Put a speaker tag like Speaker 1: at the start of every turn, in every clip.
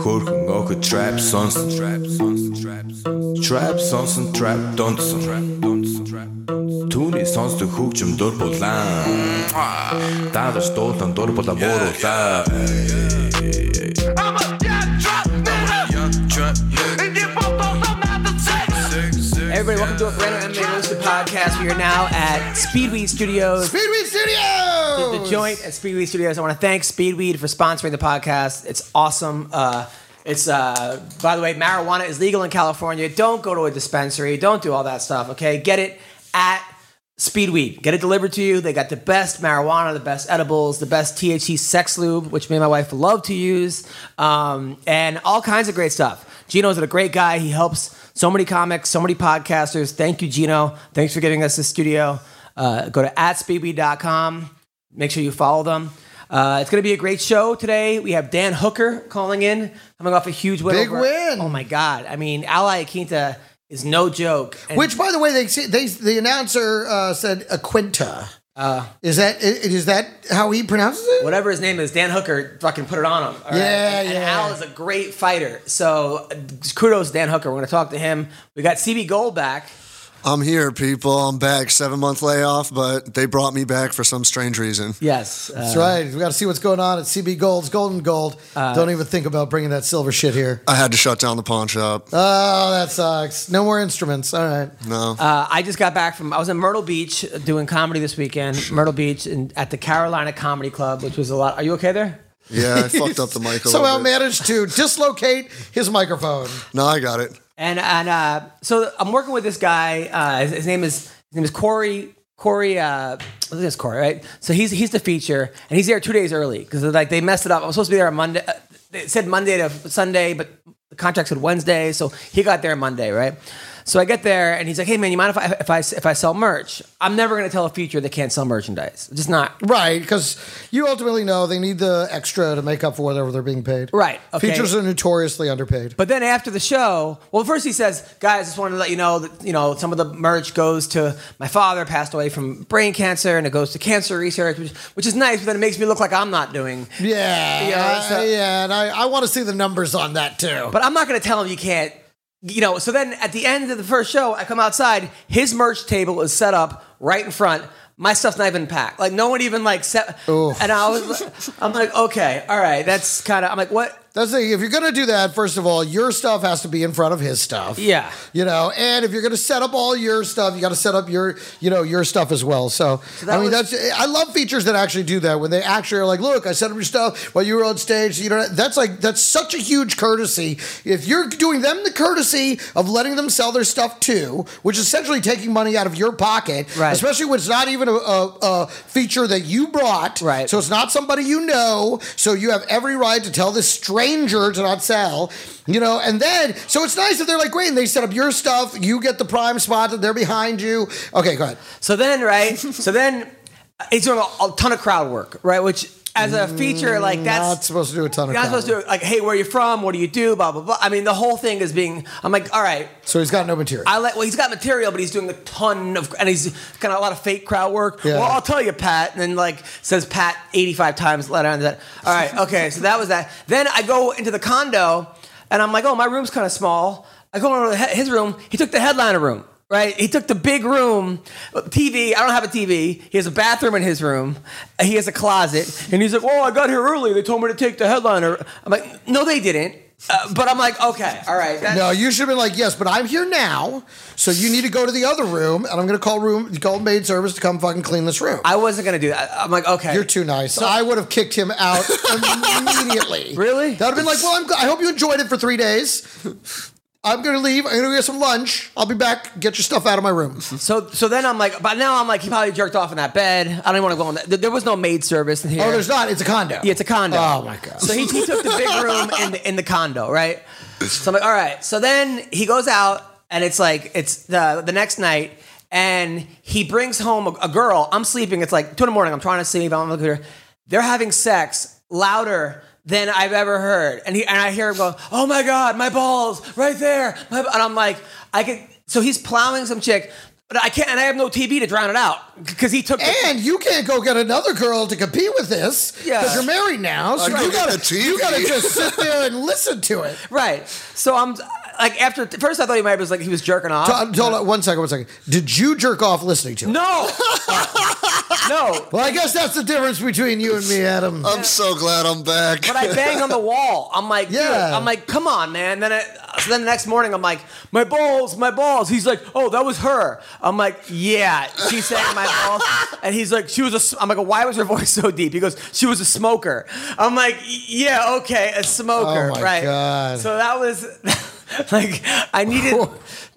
Speaker 1: Хөрхөн охид trap сонсон trap сонсон trap сонсон trap сонсон trap донсон trap донсон trap донсон. Түүний сонсдог хөгжим дур булаа Дагаж дуулан дур булаа мууруулаа
Speaker 2: I'm a young trap nigga, and you both don't know not to take it.
Speaker 3: Everybody, welcome to a brand new MMA Roasted podcast. We are now at Speedweed Studios.
Speaker 4: Speedweed
Speaker 3: The
Speaker 4: Studios.
Speaker 3: joint at Speedweed Studios. I want to thank Speedweed for sponsoring the podcast. It's awesome. Uh, it's uh, by the way, marijuana is legal in California. Don't go to a dispensary. Don't do all that stuff. Okay, get it at Speedweed. Get it delivered to you. They got the best marijuana, the best edibles, the best THC sex lube, which me and my wife love to use, um, and all kinds of great stuff. Gino's a great guy. He helps so many comics, so many podcasters. Thank you, Gino. Thanks for giving us this studio. Uh, go to at speedweed.com make sure you follow them. Uh, it's going to be a great show today. We have Dan Hooker calling in, coming off a huge win.
Speaker 4: Big
Speaker 3: over-
Speaker 4: win.
Speaker 3: Oh my God! I mean, Ally Aquinta is no joke. And
Speaker 4: Which, by the way, they they the announcer uh, said a quinta. is that i- is that how he pronounces it?
Speaker 3: Uh. whatever his name is, Dan Hooker fucking put it on him. all right?
Speaker 4: Yeah,
Speaker 3: and, And
Speaker 4: yeah.
Speaker 3: Al is a great fighter. So uh, kudos, to Dan Hooker. We're going to talk to him. We got CB Gold back.
Speaker 5: I'm here, people. I'm back. Seven month layoff, but they brought me back for some strange reason.
Speaker 3: Yes, uh,
Speaker 4: That's right. We got to see what's going on at CB Gold's Golden Gold. Don't even think about bringing that silver shit here.
Speaker 5: I had to shut down the pawn shop.
Speaker 4: Oh, that sucks. No more instruments. All right.
Speaker 5: no.
Speaker 3: Uh, I just got back from I was in Myrtle Beach doing comedy this weekend. Myrtle Beach and at the Carolina Comedy Club, which was a lot. Are you okay there?
Speaker 5: yeah, I fucked up the mic a
Speaker 4: Somehow
Speaker 5: little bit.
Speaker 4: managed to dislocate his microphone.
Speaker 5: No, I got it.
Speaker 3: And and uh, so I'm working with this guy. Uh, his, his name is his name is Corey Corey. Uh, I think it's Corey, right? So he's he's the feature, and he's there two days early because like they messed it up. I was supposed to be there on Monday. Uh, they said Monday to Sunday, but the contract said Wednesday, so he got there Monday, right? So I get there, and he's like, "Hey man, you mind if I if I if I sell merch? I'm never gonna tell a feature they can't sell merchandise. Just not
Speaker 4: Right, because you ultimately know they need the extra to make up for whatever they're being paid.
Speaker 3: Right, okay.
Speaker 4: Features are notoriously underpaid.
Speaker 3: But then after the show, well, first he says, "Guys, just wanted to let you know that you know some of the merch goes to my father passed away from brain cancer, and it goes to cancer research, which, which is nice. But then it makes me look like I'm not doing.
Speaker 4: yeah.
Speaker 3: Yeah, it's
Speaker 4: I-
Speaker 3: a-
Speaker 4: yeah, and I, I want to see the numbers on that too.
Speaker 3: But I'm not going to tell him you can't. You know. So then at the end of the first show, I come outside. His merch table is set up right in front. My stuff's not even packed. Like no one even like set. And I was, I'm like, okay, all right, that's kind of. I'm like, what?
Speaker 4: That's the thing. If you're going to do that, first of all, your stuff has to be in front of his stuff.
Speaker 3: Yeah.
Speaker 4: You know, and if you're going to set up all your stuff, you got to set up your, you know, your stuff as well. So,
Speaker 3: that
Speaker 4: I mean,
Speaker 3: was-
Speaker 4: that's, I love features that actually do that when they actually are like, look, I set up your stuff while you were on stage. You know, that's like, that's such a huge courtesy. If you're doing them the courtesy of letting them sell their stuff too, which is essentially taking money out of your pocket,
Speaker 3: Right.
Speaker 4: especially when it's not even a, a, a feature that you brought.
Speaker 3: Right.
Speaker 4: So it's not somebody you know. So you have every right to tell this stranger to not sell, you know. And then, so it's nice that they're like, great, and they set up your stuff. You get the prime spot, and they're behind you. Okay, go ahead.
Speaker 3: So then, right? so then, uh, he's doing a, a ton of crowd work, right? Which as a feature, like that's
Speaker 4: Mm, not supposed to do a ton of.
Speaker 3: you're not supposed to like, hey, where are you from? What do you do? Blah blah blah. I mean, the whole thing is being. I'm like, all right,
Speaker 4: So he's got no material.
Speaker 3: I like. Well, he's got material, but he's doing a ton of, and he's kind of a lot of fake crowd work.
Speaker 4: Yeah.
Speaker 3: Well, I'll tell you, Pat, and then like says Pat 85 times later on that. All right, okay, so that was that. Then I go into the condo, and I'm like, oh, my room's kind of small. I go into the- his room. He took the headliner room. Right, he took the big room, TV. I don't have a TV. He has a bathroom in his room. He has a closet, and he's like, "Oh, I got here early. They told me to take the headliner." I'm like, "No, they didn't." Uh, but I'm like, "Okay, all right." That's,
Speaker 4: no, you should have been like, yes, but I'm here now, so you need to go to the other room, and I'm going to call room call maid service to come fucking clean this room.
Speaker 3: I wasn't gonna do that. I'm like, okay,
Speaker 4: You're too nice. I would have kicked him out immediately.
Speaker 3: Really?
Speaker 4: That would have been like, well, I'm, gl- I hope you enjoyed it for three days. I'm gonna leave. I'm gonna go get some lunch. I'll be back. Get your stuff out of my room.
Speaker 3: So so then I'm like, but now I'm like, he probably jerked off in that bed. I don't even want to go on that. There- There was no maid service in here.
Speaker 4: Oh, there's not. It's a condo.
Speaker 3: Yeah, it's a condo.
Speaker 4: Oh my god.
Speaker 3: So he, he took the big room in the, in the condo, right? So I'm like, all right. So then he goes out, and it's like it's the the next night, and he brings home a, a girl. I'm sleeping. It's like two in the morning. I'm trying to sleep. I'm on the computer. They're having sex louder than I've ever heard, and he and I hear him go, "Oh my god, my balls right there," my, b-" and I'm like, I could. So he's plowing some chick. But I can't, and I have no TV to drown it out because he took. the-
Speaker 4: And you can't go get another girl to compete with this because
Speaker 3: Yeah.
Speaker 4: you're married now. So
Speaker 5: I'll
Speaker 4: you
Speaker 5: go get
Speaker 4: gotta
Speaker 5: the
Speaker 4: you
Speaker 5: TV.
Speaker 4: gotta just sit there and listen to it.
Speaker 3: Right. So I'm like after first I thought he might have was like he was jerking off.
Speaker 4: Hold hold on, one second, one second. Did you jerk off listening to it?
Speaker 3: no. no.
Speaker 4: Well, I guess that's the difference between you and me, Adam.
Speaker 5: I'm so glad I'm back.
Speaker 3: But I bang on the wall. I'm like, dude,
Speaker 4: Yeah.
Speaker 3: I'm like, come on, man. Then I, so then the next morning I'm like, my balls, my balls. He's like, oh, that was her. I'm like, yeah, she sang my balls. And he's like, she was a. s- I'm like, why was her voice so deep? He goes, she was a smoker. I'm like, yeah, okay, a smoker,
Speaker 4: Oh my
Speaker 3: right?
Speaker 4: God.
Speaker 3: So that was like I needed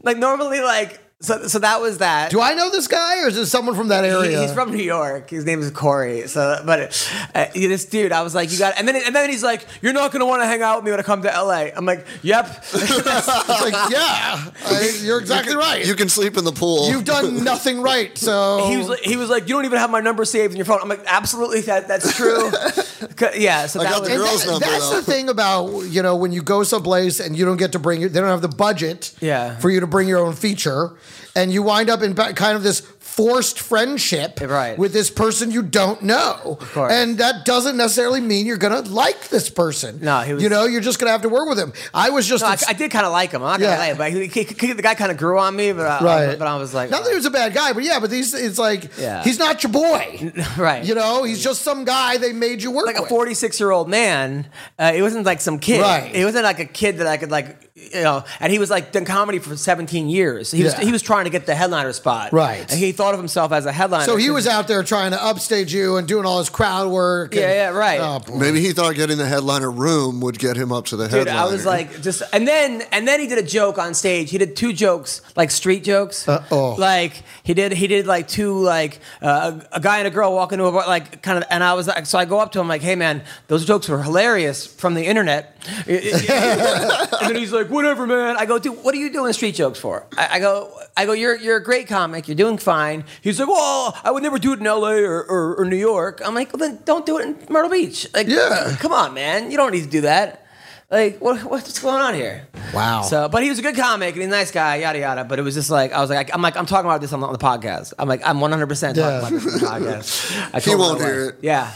Speaker 3: like normally like so so that was that.
Speaker 4: Do I know this guy, or is it someone from that
Speaker 3: He-
Speaker 4: area?
Speaker 3: he's from New York. His name is Corey. So, but uh, this dude, I was like, you got, and then and then he's like, you're not gonna want to hang out with me when I come to LA. I'm like, yep.
Speaker 4: It's like, yeah, I- you're exactly right.
Speaker 5: You can sleep in the pool.
Speaker 4: You've done nothing right, so
Speaker 3: he was like, he was like, you don't even have my number saved in your phone. I'm like, absolutely, that that's true. 'Cause- yeah. So
Speaker 5: I
Speaker 3: that
Speaker 5: got
Speaker 3: was
Speaker 5: the girl- girl's number,
Speaker 4: That's
Speaker 5: though.
Speaker 4: oh, the thing about you know when you go someplace and you don't get to bring your, they don't have the budget
Speaker 3: Yeah.
Speaker 4: for you to bring your own feature, and you wind up in ba- kind of this forced friendship
Speaker 3: Right.
Speaker 4: with this person you don't know,
Speaker 3: course.
Speaker 4: and that doesn't necessarily mean you're gonna like this person.
Speaker 3: No, he was-
Speaker 4: you know you're just gonna have to work with him. I was just
Speaker 3: No, I,
Speaker 4: ins-
Speaker 3: I did kind of like him. I'm not gonna
Speaker 4: Yeah.
Speaker 3: lie, but he, he- he- the guy kind of grew on me. But I,
Speaker 4: right,
Speaker 3: but I was like,
Speaker 4: not that he was a bad guy, but yeah, but these it's like
Speaker 3: Yeah.
Speaker 4: he's not your boy.
Speaker 3: right.
Speaker 4: You know, he's just some guy they made you work
Speaker 3: like a
Speaker 4: with.
Speaker 3: 46 year old man. Uh, it wasn't like some kid.
Speaker 4: Right.
Speaker 3: It wasn't like a kid that I could like, you know. And he was like done comedy for 17 years. He
Speaker 4: Yeah.
Speaker 3: was he was trying to get the headliner spot.
Speaker 4: Right.
Speaker 3: And he thought of himself as a headliner.
Speaker 4: So he was out there trying to upstage you and doing all his crowd work. and-
Speaker 3: Yeah, yeah, right.
Speaker 4: Oh, boy.
Speaker 5: Maybe he thought getting the headliner room would get him up to the
Speaker 3: Dude,
Speaker 5: headliner.
Speaker 3: I was like, just and then and then he did a joke on stage. He did two jokes, like street jokes.
Speaker 4: Uh-oh.
Speaker 3: Like he did, he did like two, like uh, a, a guy and a girl walking to a bar, like kind of. And I was like, so I go up to him, like, hey man, those jokes were hilarious from the internet. and then he's like, whatever, man. I go, dude, what are you doing street jokes for? I, I go, I go, you're you're a great comic. You're doing fine. He's like, well, I would never do it in L.A. or, or, or New York. I'm like, well, then don't do it in Myrtle Beach. Like,
Speaker 4: Yeah.
Speaker 3: come on, man. You don't need to do that. Like, what, what's going on here?
Speaker 4: Wow.
Speaker 3: So, but he was a good comic and he's a nice guy, yada yada. But it was just like I was like, I, am like, I'm talking about this on the, on the podcast. I'm like, I'm 100 percent talking
Speaker 4: Yeah.
Speaker 3: about this on the podcast. I
Speaker 5: He
Speaker 3: told my
Speaker 5: won't
Speaker 3: wife.
Speaker 5: hear it.
Speaker 3: Yeah.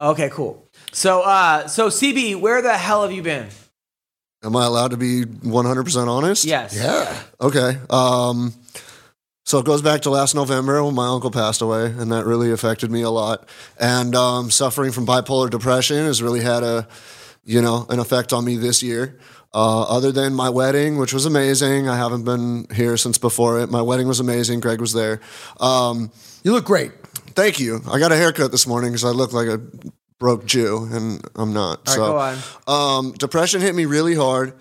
Speaker 3: Okay, cool. So, uh, so CB, where the hell have you been?
Speaker 5: Am I allowed to be 100% honest?
Speaker 3: Yes.
Speaker 4: yeah.
Speaker 5: Okay. Um, so it goes back to last November when my uncle passed away, and that really affected me a lot. And um, suffering from bipolar depression has really had a, you know, an effect on me this year. Uh, other than my wedding, which was amazing, I haven't been here since before it. My wedding was amazing. Greg was there. Um,
Speaker 4: You look great.
Speaker 5: thank you. I got a haircut this morning because I look like a broke Jew, and I'm not.
Speaker 3: All right,
Speaker 5: so
Speaker 3: go on.
Speaker 5: um, depression hit me really hard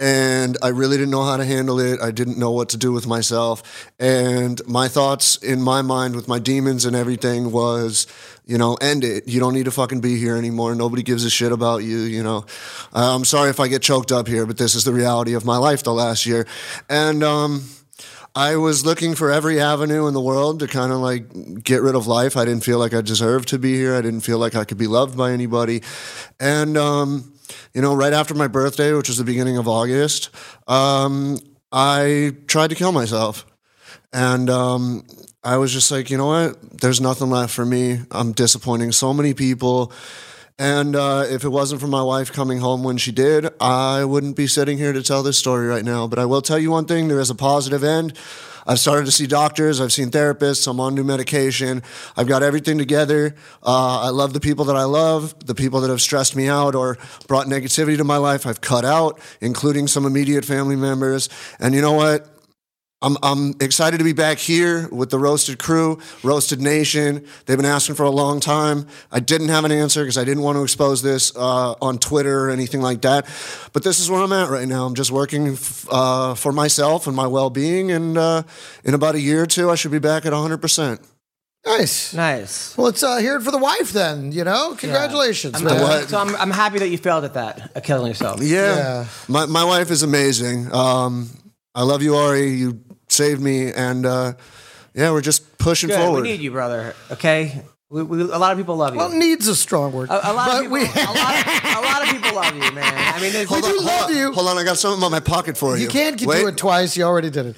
Speaker 5: and I really didn't know how to handle it. I didn't know what to do with myself. And my thoughts in my mind with my demons and everything was, you know, end it. You don't need to fucking be here anymore. Nobody gives a shit about you, you know. Uh, I'm sorry if I get choked up here, but this is the reality of my life the last year. And, um, I was looking for every avenue in the world to kind of like get rid of life. I didn't feel like I deserved to be here. I didn't feel like I could be loved by anybody. And, um, you know, right after my birthday, which was the beginning of August, um, I tried to kill myself. And um, I was just like, you know what? There's nothing left for me. I'm disappointing so many people. And uh, if it wasn't for my wife coming home when she did, I wouldn't be sitting here to tell this story right now. But I will tell you one thing there is a positive end. I've started to see doctors, I've seen therapists, I'm on new medication, I've got everything together. Uh, I love the people that I love, the people that have stressed me out or brought negativity to my life, I've cut out, including some immediate family members. And you know what? I'm, I'm excited to be back here with the Roasted Crew, Roasted Nation. They've been asking for a long time. I didn't have an answer because I didn't want to expose this uh, on Twitter or anything like that. But this is where I'm at right now. I'm just working f- uh, for myself and my well being. And uh, in about a year or two, I should be back at 100%.
Speaker 4: Nice.
Speaker 3: Nice.
Speaker 4: Well, let's uh, hear it for the wife then. You know, congratulations.
Speaker 3: I'm,
Speaker 4: man.
Speaker 5: what?
Speaker 3: So I'm, I'm happy that you failed at that, at killing yourself.
Speaker 5: Yeah.
Speaker 4: Yeah.
Speaker 5: My my wife is amazing. Um, I love you, Ari. You saved me, and uh, yeah, we're just pushing
Speaker 3: Good.
Speaker 5: forward.
Speaker 3: We need you, brother. Okay. We, we, a lot of people love you.
Speaker 4: Well, needs a strong word.
Speaker 3: a, a lot of
Speaker 4: but
Speaker 3: people.
Speaker 4: we,
Speaker 3: a, lot of, a lot of people love you, man. I mean, there's,
Speaker 4: do
Speaker 5: hold
Speaker 4: love
Speaker 5: on,
Speaker 4: you.
Speaker 5: Hold on, I got something in my pocket for you.
Speaker 4: You can't do
Speaker 5: Wait.
Speaker 4: it twice. You already did it.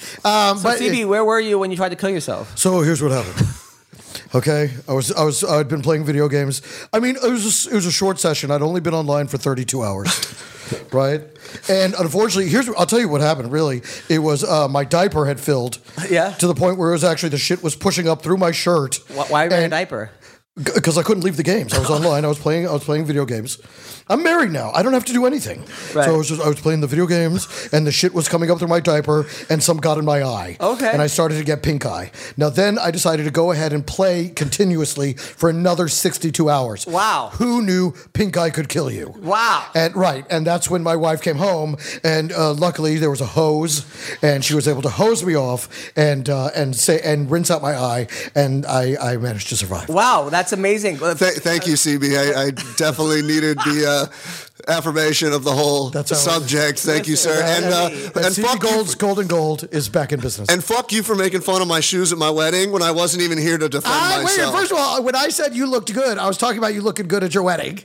Speaker 3: But
Speaker 4: Um, but
Speaker 3: CB, where were you when you tried to kill yourself?
Speaker 4: So here's what happened. Okay, I was I was I had been playing video games. I mean, it was a, it was a short session. I'd only been online for 32 hours, right? And unfortunately, here's I'll tell you what happened. Really, it was uh, my diaper had filled.
Speaker 3: Yeah.
Speaker 4: To the point where it was actually the shit was pushing up through my shirt.
Speaker 3: Why, why wear a
Speaker 4: And-
Speaker 3: diaper?
Speaker 4: because I couldn't leave the games. I was online. I was playing. I was playing video games. I'm married now. I don't have to do anything.
Speaker 3: Right.
Speaker 4: So I was just I was playing the video games, and the shit was coming up through my diaper, and some got in my eye.
Speaker 3: Okay.
Speaker 4: And I started to get pink eye. Now then, I decided to go ahead and play continuously for another 62 hours.
Speaker 3: Wow.
Speaker 4: Who knew pink eye could kill you?
Speaker 3: Wow.
Speaker 4: And right, and that's when my wife came home, and uh, luckily there was a hose, and she was able to hose me off and uh, and say and rinse out my eye, and I, I managed to survive.
Speaker 3: Wow, that's amazing. Well,
Speaker 5: Th- thank you, CB. I, I definitely needed the uh, affirmation of the whole
Speaker 4: That's all.
Speaker 5: subject. Thank you, sir. And uh,
Speaker 4: And
Speaker 5: and
Speaker 4: CB
Speaker 5: fuck you.
Speaker 4: Gold's Gold and Gold is back in business.
Speaker 5: And fuck you for making fun of my shoes at my wedding when I wasn't even here to defend
Speaker 4: I, Ah, wait,
Speaker 5: myself.
Speaker 4: first of all, when I said you looked good, I was talking about you looking good at your wedding.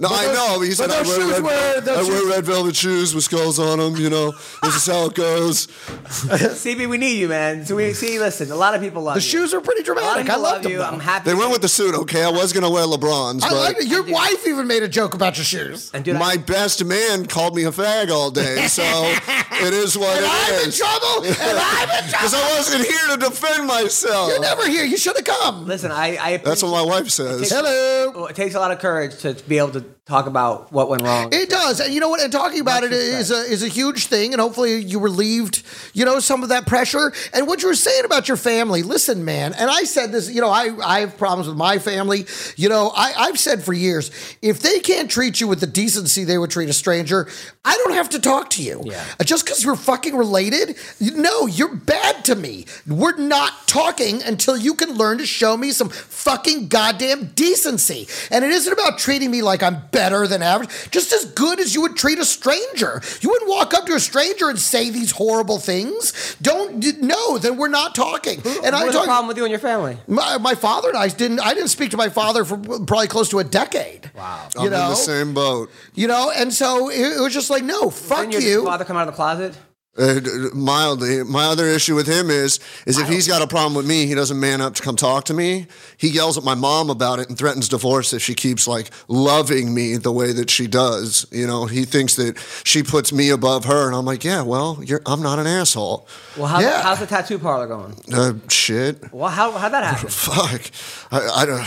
Speaker 5: No,
Speaker 4: But
Speaker 5: I
Speaker 4: those-
Speaker 5: know. But he
Speaker 4: but
Speaker 5: said I
Speaker 4: those
Speaker 5: wear,
Speaker 4: shoes
Speaker 5: red,
Speaker 4: were- those
Speaker 5: I wear
Speaker 4: shoes-
Speaker 5: red velvet shoes with skulls on them. You know, this is how it goes.
Speaker 3: CB, we need you, man. So we see. Listen, a lot of people love
Speaker 4: The
Speaker 3: you.
Speaker 4: shoes are pretty
Speaker 3: A lot of
Speaker 4: dramatic. I
Speaker 3: people
Speaker 4: loved
Speaker 3: love
Speaker 4: them.
Speaker 3: you.
Speaker 4: though.
Speaker 3: I'm happy.
Speaker 5: They went with the suit, okay? I was gonna wear LeBrons,
Speaker 4: I
Speaker 5: but
Speaker 4: liked it. Your wife even made a joke about your shoes.
Speaker 3: and dude,
Speaker 5: my
Speaker 3: I,
Speaker 5: best man called me a fag all day, so it is what
Speaker 4: And
Speaker 5: it
Speaker 4: I'm in
Speaker 5: is.
Speaker 4: trouble. And I'm in
Speaker 5: Because
Speaker 4: trouble.
Speaker 5: I wasn't here to defend myself.
Speaker 4: You're never here. You should have come.
Speaker 3: listen, I, I
Speaker 5: That's what my wife says.
Speaker 4: Hello.
Speaker 3: Well, it takes a lot of courage to be able to talk about what went wrong.
Speaker 4: It does, and you know what? And talking about it is a is a huge thing, and hopefully you relieved, you know, some of that pressure. And what you were saying about your family, listen, man. And I said this, you know, I I have problems with my family. You know, I I've said for years, if they can't treat you with the decency they would treat a stranger, I don't have to talk to you.
Speaker 3: Yeah.
Speaker 4: Just because we're fucking related, you- no, you're bad to me. We're not talking until you can learn to show me some fucking goddamn decency. And it isn't about treating me like I'm better than average, just as good as you would treat a stranger. You wouldn't walk up to a stranger and say these horrible things. Don't, d- no, then we're not talking. And
Speaker 3: what
Speaker 4: I'm
Speaker 3: was the
Speaker 4: talking.
Speaker 3: problem with you and your family?
Speaker 4: My, my father and I didn't. I didn't speak to my father for probably close to a decade. Wow, you
Speaker 5: I'm in
Speaker 4: know,
Speaker 5: the same boat.
Speaker 4: you know, and so it, it was just like, no, fuck
Speaker 3: Didn't your
Speaker 4: you.
Speaker 3: father come out of the closet?
Speaker 5: Uh, d- d- mildly. My other issue with him is, is if he's got a problem with me, he doesn't man up to come talk to me. He yells at my mom about it and threatens divorce if she keeps like loving me the way that she does. You know, he thinks that she puts me above her, and I'm like, yeah, well, you're, I'm not an asshole.
Speaker 3: Well, how's,
Speaker 4: Yeah.
Speaker 3: how's the tattoo parlor going?
Speaker 5: Uh, shit.
Speaker 3: Well, how how'd that happen?
Speaker 5: Fuck. I, I don't.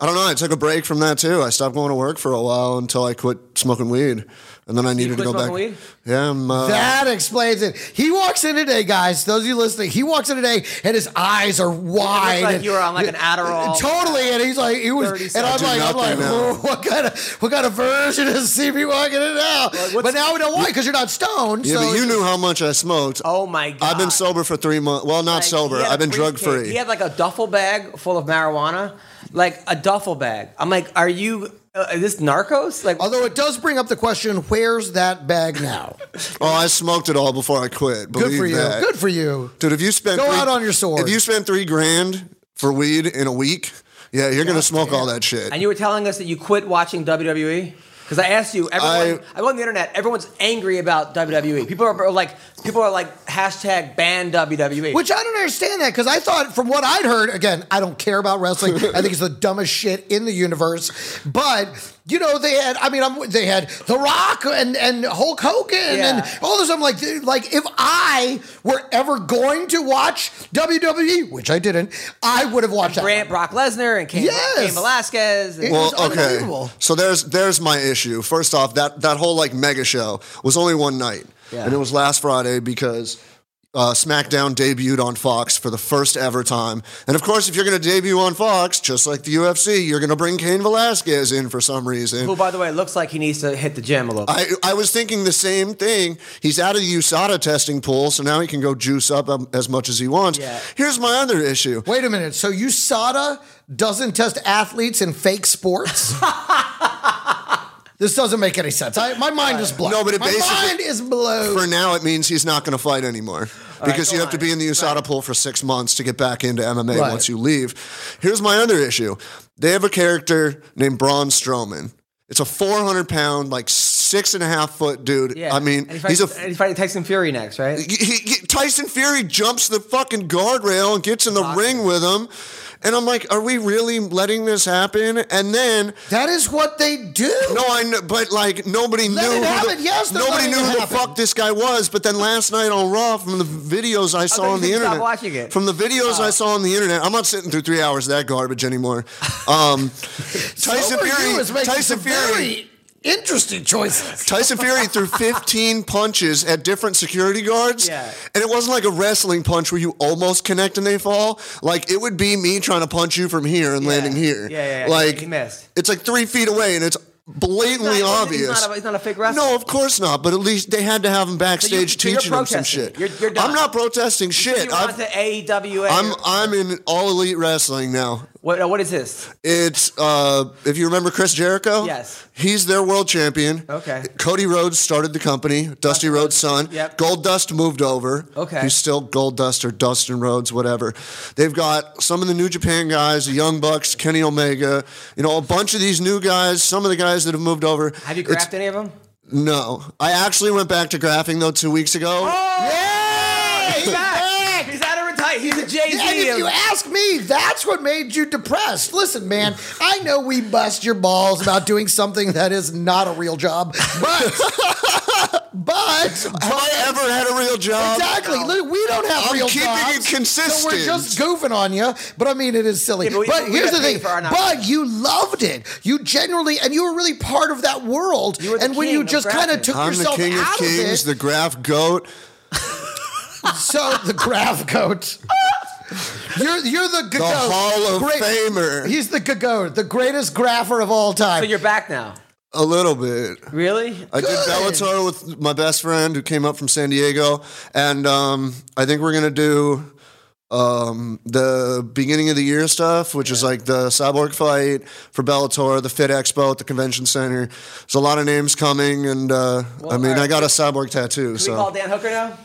Speaker 5: I don't know. I took a break from that too. I stopped going to work for a while until I quit smoking weed, and then I needed
Speaker 3: quit
Speaker 5: to go back.
Speaker 3: smoking weed?
Speaker 5: Yeah, I'm, uh,
Speaker 3: Oh,
Speaker 4: That explains it. He walks in today, guys. Those of you listening, he walks in today and his eyes are wide.
Speaker 3: like
Speaker 4: and-
Speaker 3: you were on, like, an Adderall.
Speaker 4: Totally. And he's like, he was,
Speaker 3: 30
Speaker 4: and I'm
Speaker 5: I do
Speaker 4: like, I'm like,
Speaker 5: nothing now.
Speaker 4: "Oh, what kind of what kind of version of CB walking in now? but now we know why because you're not stoned.
Speaker 5: yeah,
Speaker 4: so Ah.
Speaker 5: but you knew how much I smoked.
Speaker 3: Oh my god!
Speaker 5: I've been sober for three months. Well, not
Speaker 3: Like,
Speaker 5: sober.
Speaker 3: he had a
Speaker 5: I've been drug
Speaker 3: briefcase.
Speaker 5: free.
Speaker 3: He had like a duffel bag full of marijuana, like a duffel bag. I'm like, are you? Uh, is this Narcos? Like,
Speaker 4: Although it does bring up the question, where's that bag now?
Speaker 5: oh, I smoked it all before I quit.
Speaker 4: Good
Speaker 5: Believe
Speaker 4: for you.
Speaker 5: that.
Speaker 4: Good for you.
Speaker 5: Dude, if you spent
Speaker 4: Go out on your sword.
Speaker 5: If you spent three grand for weed in a week, yeah, you're gonna smoke all that shit.
Speaker 3: and you were telling us that you quit watching WWE. Because I asked you, everyone, I, go on the internet. Everyone's angry about WWE. People are, are like, people are like, hashtag ban E. WWE.
Speaker 4: Which I don't understand that because I thought, from what I'd heard, again, I don't care about wrestling. I think it's the dumbest shit in the universe. But you know, they had. I mean, I'm, they had The Rock and and Hulk Hogan
Speaker 3: Yeah.
Speaker 4: and all this. I'm like, dude, like if I were ever going to watch WWE, which I didn't, I would have watched that.
Speaker 3: Grant
Speaker 4: one.
Speaker 3: Brock Lesnar and Cain,
Speaker 4: Yes.
Speaker 3: Cain Velasquez. And,
Speaker 4: Well- was unbelievable.
Speaker 5: So there's there's my issue. First off, that that whole like mega show was only one night,
Speaker 3: Yeah.
Speaker 5: and it was last Friday because uh, SmackDown debuted on Fox for the first ever time. And of course, if you're going to debut on Fox, just like the UFC, you're going to bring Kane Velasquez in for some reason.
Speaker 3: Who, by the way, looks like he needs to hit the gym a little. bit.
Speaker 5: I, I was thinking the same thing. He's out of the USADA testing pool, so now he can go juice up um, as much as he wants.
Speaker 3: Yeah.
Speaker 5: Here's my other issue.
Speaker 4: Wait a minute. So USADA doesn't test athletes in fake sports? this doesn't make any sense. I, my mind is blown.
Speaker 5: Uh, No, but it
Speaker 4: my
Speaker 5: basically-
Speaker 4: mind is blown.
Speaker 5: For now, it means he's not going to fight anymore because
Speaker 3: go
Speaker 5: you have to
Speaker 3: on.
Speaker 5: be in the USADA pool for six months to get back into MMA
Speaker 4: Right.
Speaker 5: once you leave. Here's my other issue they have a character named Braun Strowman. It's a 400 pound, like six and a half foot dude. I mean,
Speaker 3: and he
Speaker 5: he's
Speaker 3: fights,
Speaker 5: a
Speaker 3: and he's fighting Tyson Fury next, right?
Speaker 5: he, he- Tyson Fury jumps the fucking guardrail and gets in the ring with him. And I'm like, are we really letting this happen? And then,
Speaker 4: that is what they do.
Speaker 5: no, I know, but like nobody
Speaker 4: Let
Speaker 5: knew.
Speaker 4: it
Speaker 5: who
Speaker 4: happen.
Speaker 5: the,
Speaker 4: Yes, they're
Speaker 5: nobody
Speaker 4: letting
Speaker 5: knew
Speaker 4: it
Speaker 5: who the
Speaker 4: happen.
Speaker 5: fuck this guy was. But then last night on Raw, from the videos I saw
Speaker 3: you
Speaker 5: on the
Speaker 3: said stop
Speaker 5: internet,
Speaker 3: watching it.
Speaker 5: from the videos I saw on the internet, I'm not sitting through three hours of that garbage anymore. Um, Tyson
Speaker 4: Over you is
Speaker 5: Fury,
Speaker 4: making
Speaker 5: Tyson
Speaker 4: some
Speaker 5: Fury,
Speaker 4: very interesting choices.
Speaker 5: Tyson Fury threw 15 punches at different security guards.
Speaker 3: Yeah.
Speaker 5: And it wasn't like a wrestling punch where you almost connect and they fall. Like, it would be me trying to punch you from here and landing here.
Speaker 3: Yeah, yeah, yeah.
Speaker 5: Like,
Speaker 3: He missed.
Speaker 5: It's like three feet away and it's blatantly
Speaker 3: He's not-
Speaker 5: obvious.
Speaker 3: He's not, a, he's not a fake wrestler.
Speaker 5: no, of course not. But at least they had to have him backstage
Speaker 3: so you're
Speaker 5: teaching him some
Speaker 3: protesting.
Speaker 5: shit.
Speaker 3: You're- you're done.
Speaker 5: I'm not protesting shit.
Speaker 3: You
Speaker 5: I've-
Speaker 3: want the AEWA?
Speaker 5: I'm I'm in all elite wrestling now.
Speaker 3: what, uh, what is this?
Speaker 5: It's uh, if you remember Chris Jericho.
Speaker 3: Yes.
Speaker 5: He's their world champion.
Speaker 3: Okay.
Speaker 5: Cody Rhodes started the company, Dusty Rhodes' son.
Speaker 3: Yep.
Speaker 5: Gold Dust moved over.
Speaker 3: Okay.
Speaker 5: He's still Gold Dust or Dustin Rhodes, whatever. They've got some of the New Japan guys, the Young Bucks, Kenny Omega. You know, a bunch of these new guys. Some of the guys that have moved over.
Speaker 3: Have you
Speaker 5: It's-
Speaker 3: graphed any of them?
Speaker 5: No, I actually went back to graphing though two weeks ago.
Speaker 3: Hey, he's back. He's out of retirement. He's a Jay Z.
Speaker 4: And if you ask me, that's what made you depressed. Listen, man, I know we bust your balls about doing something that is not a real job, but but
Speaker 5: Have I ever had a real job?
Speaker 4: exactly, look, we don't have
Speaker 5: Um, I'm
Speaker 4: real
Speaker 5: keeping
Speaker 4: jobs,
Speaker 5: it consistent.
Speaker 4: So we're just goofing on you, but I mean, it is silly.
Speaker 3: Yeah, but we-
Speaker 4: but
Speaker 3: we
Speaker 4: here's
Speaker 3: got
Speaker 4: the
Speaker 3: paid
Speaker 4: thing:
Speaker 3: for our knowledge.
Speaker 4: but you loved it. You genuinely, and you were really part of that world.
Speaker 3: were the
Speaker 4: And when you
Speaker 3: king of
Speaker 4: just kind of
Speaker 3: graphics.
Speaker 4: took
Speaker 5: I'm the
Speaker 4: yourself
Speaker 5: king of
Speaker 4: out
Speaker 5: kings,
Speaker 4: of it,
Speaker 5: the graph goat.
Speaker 4: so the graph coat. You're, you're the
Speaker 5: the
Speaker 4: goat.
Speaker 5: Hall of
Speaker 4: Great.
Speaker 5: Famer.
Speaker 4: He's the Gagot, the greatest grapher of all time.
Speaker 3: so you're back now.
Speaker 5: a little bit.
Speaker 3: Really?
Speaker 5: I did
Speaker 4: Good.
Speaker 5: Bellator with my best friend who came up from San Diego, and um, I think we're gonna do um, the beginning of the year stuff, which is like the Cyborg fight for Bellator, the Fit Expo at the Convention Center. There's a lot of names coming, and uh, I mean,
Speaker 3: all right.
Speaker 5: I got a Cyborg tattoo,
Speaker 3: Can we call
Speaker 5: so
Speaker 3: Dan Hooker now?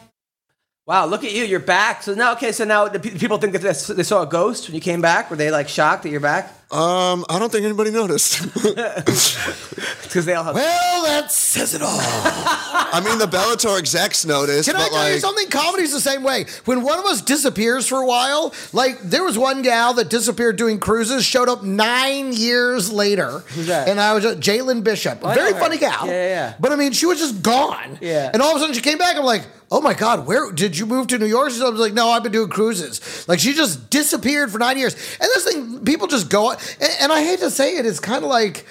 Speaker 3: Wow, look at you. You're back. So now, okay, so now the pe- people think that they they saw a ghost when you came back. Were they like shocked that you're back?
Speaker 5: um, I don't think anybody noticed.
Speaker 3: Because they all have.
Speaker 4: well, that says it all.
Speaker 5: I mean, the Bellator execs noticed,
Speaker 4: Can I
Speaker 5: but
Speaker 4: tell
Speaker 5: like,
Speaker 4: you something? Comedy's the same way. When one of us disappears for a while, like there was one gal that disappeared doing cruises, showed up nine years later. Who's
Speaker 3: that? Oh,
Speaker 4: And I was just, Jalen Bishop,
Speaker 3: I know
Speaker 4: very
Speaker 3: her.
Speaker 4: funny gal.
Speaker 3: Yeah, yeah, yeah.
Speaker 4: But I mean, she was just gone.
Speaker 3: Yeah.
Speaker 4: And all of a sudden, she came back. I'm like, oh my god, where did you move to New York? She's like, no, I've been doing cruises. Like she just disappeared for nine years. And this thing, people just go. on- And, and I hate to say it, it's kind of like.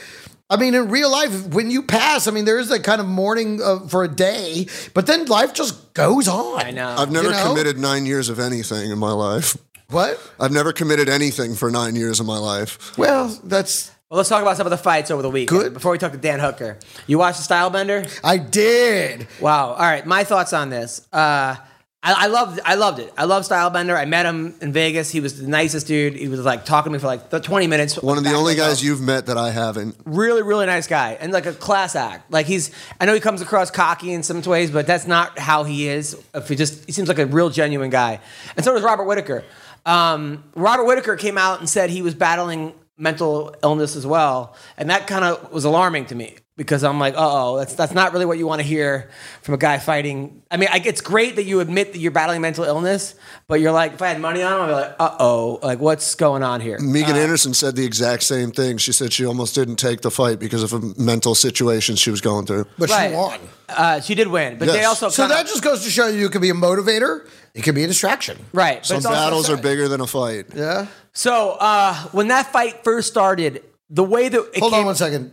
Speaker 4: I mean, in real life, when you pass, I mean, there is that kind of mourning uh, for a day, but then life just goes on.
Speaker 3: I know.
Speaker 5: I've never
Speaker 4: You know?
Speaker 5: committed nine years of anything in my life.
Speaker 4: What?
Speaker 5: I've never committed anything for nine years of my life.
Speaker 4: Well, that's
Speaker 3: Well, let's talk about some of the fights over the week.
Speaker 4: Good.
Speaker 3: Before we talk to Dan Hooker, you watched the Stylebender?
Speaker 4: I did.
Speaker 3: Wow. All right. My thoughts on this. Uh, I, I loved. I loved it. I love Stylebender. I met him in Vegas. He was the nicest dude. He was like talking to me for like th- twenty minutes.
Speaker 5: One of the
Speaker 3: Back
Speaker 5: only
Speaker 3: and forth.
Speaker 5: guys you've met that I haven't.
Speaker 3: really, really nice guy and like a class act. Like he's, I know he comes across cocky in some ways, but that's not how he is. If he just, he seems like a real genuine guy. And so does Robert Whitaker. Um, Robert Whitaker came out and said he was battling mental illness as well, and that kind of was alarming to me because I'm like, oh, that's that's not really what you want to hear from a guy fighting. I mean, I, it's great that you admit that you're battling mental illness, but you're like, if I had money on him, I'd be like, uh oh, like what's going on here?
Speaker 4: Mm.
Speaker 5: Megan
Speaker 4: Uh.
Speaker 5: Anderson said the exact same thing. She said she almost didn't take the fight because of a mental situation she was going through.
Speaker 4: But
Speaker 3: Right. Oh,
Speaker 4: she won.
Speaker 3: Uh, she did win, but they
Speaker 5: Yes.
Speaker 3: also
Speaker 4: So
Speaker 3: kinda-
Speaker 4: that just goes to show you it can be a motivator, it can be a distraction.
Speaker 3: right. but
Speaker 5: Some
Speaker 3: it's also-
Speaker 5: battles are bigger than a fight.
Speaker 4: Yeah.
Speaker 3: So uh, when that fight first started, the way that it
Speaker 4: Hold
Speaker 3: came,
Speaker 4: on one second.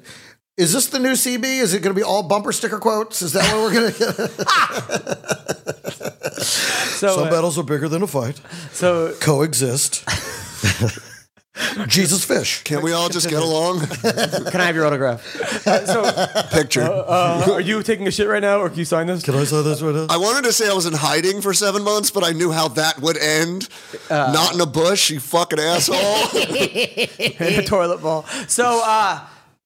Speaker 4: Is this the new CB? Is it going to be all bumper sticker quotes? Is that what we're going to get?
Speaker 3: So,
Speaker 4: Some
Speaker 3: uh,
Speaker 4: battles are bigger than a fight.
Speaker 3: so
Speaker 4: Coexist. Jesus fish.
Speaker 5: Can't we all just get along?
Speaker 3: can I have your autograph? Uh, so,
Speaker 5: Picture.
Speaker 3: uh, are you taking a shit right now, or can you sign this?
Speaker 4: Can I say this right now?
Speaker 5: I wanted to say I was in hiding for seven months, but I knew how that would end.
Speaker 4: Uh.
Speaker 5: Not in a bush, you fucking asshole.
Speaker 3: in the toilet bowl. So uh,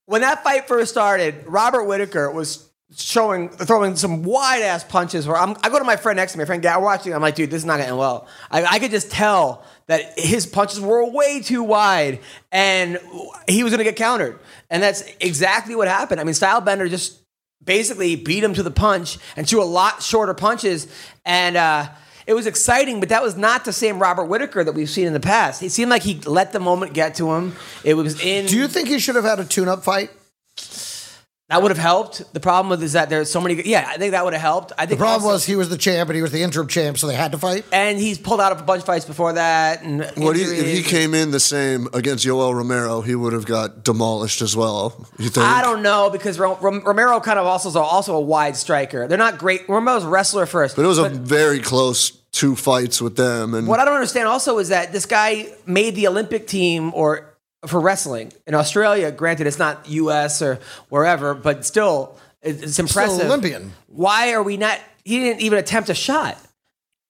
Speaker 3: when that fight first started, Robert Whitaker was showing throwing some wide ass punches. Where I'm, I go to my friend next to me, my friend Gav, we're watching. I'm like, dude, this is not getting well. I, I could just tell that his punches were way too wide, and he was going to get countered. And that's exactly what happened. I mean, Stylebender just basically beat him to the punch and threw a lot shorter punches. And uh, it was exciting, but that was not the same Robert Whitaker that we've seen in the past. It seemed like he let the moment get to him. It was in.
Speaker 4: Do you think he should have had a tune-up fight?
Speaker 3: that would have helped. The problem with is that there's so many. Yeah, I think that would have helped. I think
Speaker 4: The problem
Speaker 3: also-
Speaker 4: was he was the champ and he was the interim champ, so they had to fight.
Speaker 3: and he's pulled out of a bunch of fights before that. And
Speaker 5: what do you, if he
Speaker 3: injuries.
Speaker 5: came in the same against Yoel Romero, he would have got demolished as well. You think?
Speaker 3: I don't know because Ro- Rom- Romero kind of also is also a wide striker. They're not great. Romero's a wrestler first,
Speaker 5: But it was a very close two fights with them, and
Speaker 3: What I don't understand also is that this guy made the Olympic team or for wrestling in Australia. Granted, it's not U.S. or wherever, but still, it- it's impressive.
Speaker 4: Olympian.
Speaker 3: Why are we not? He didn't even attempt a shot.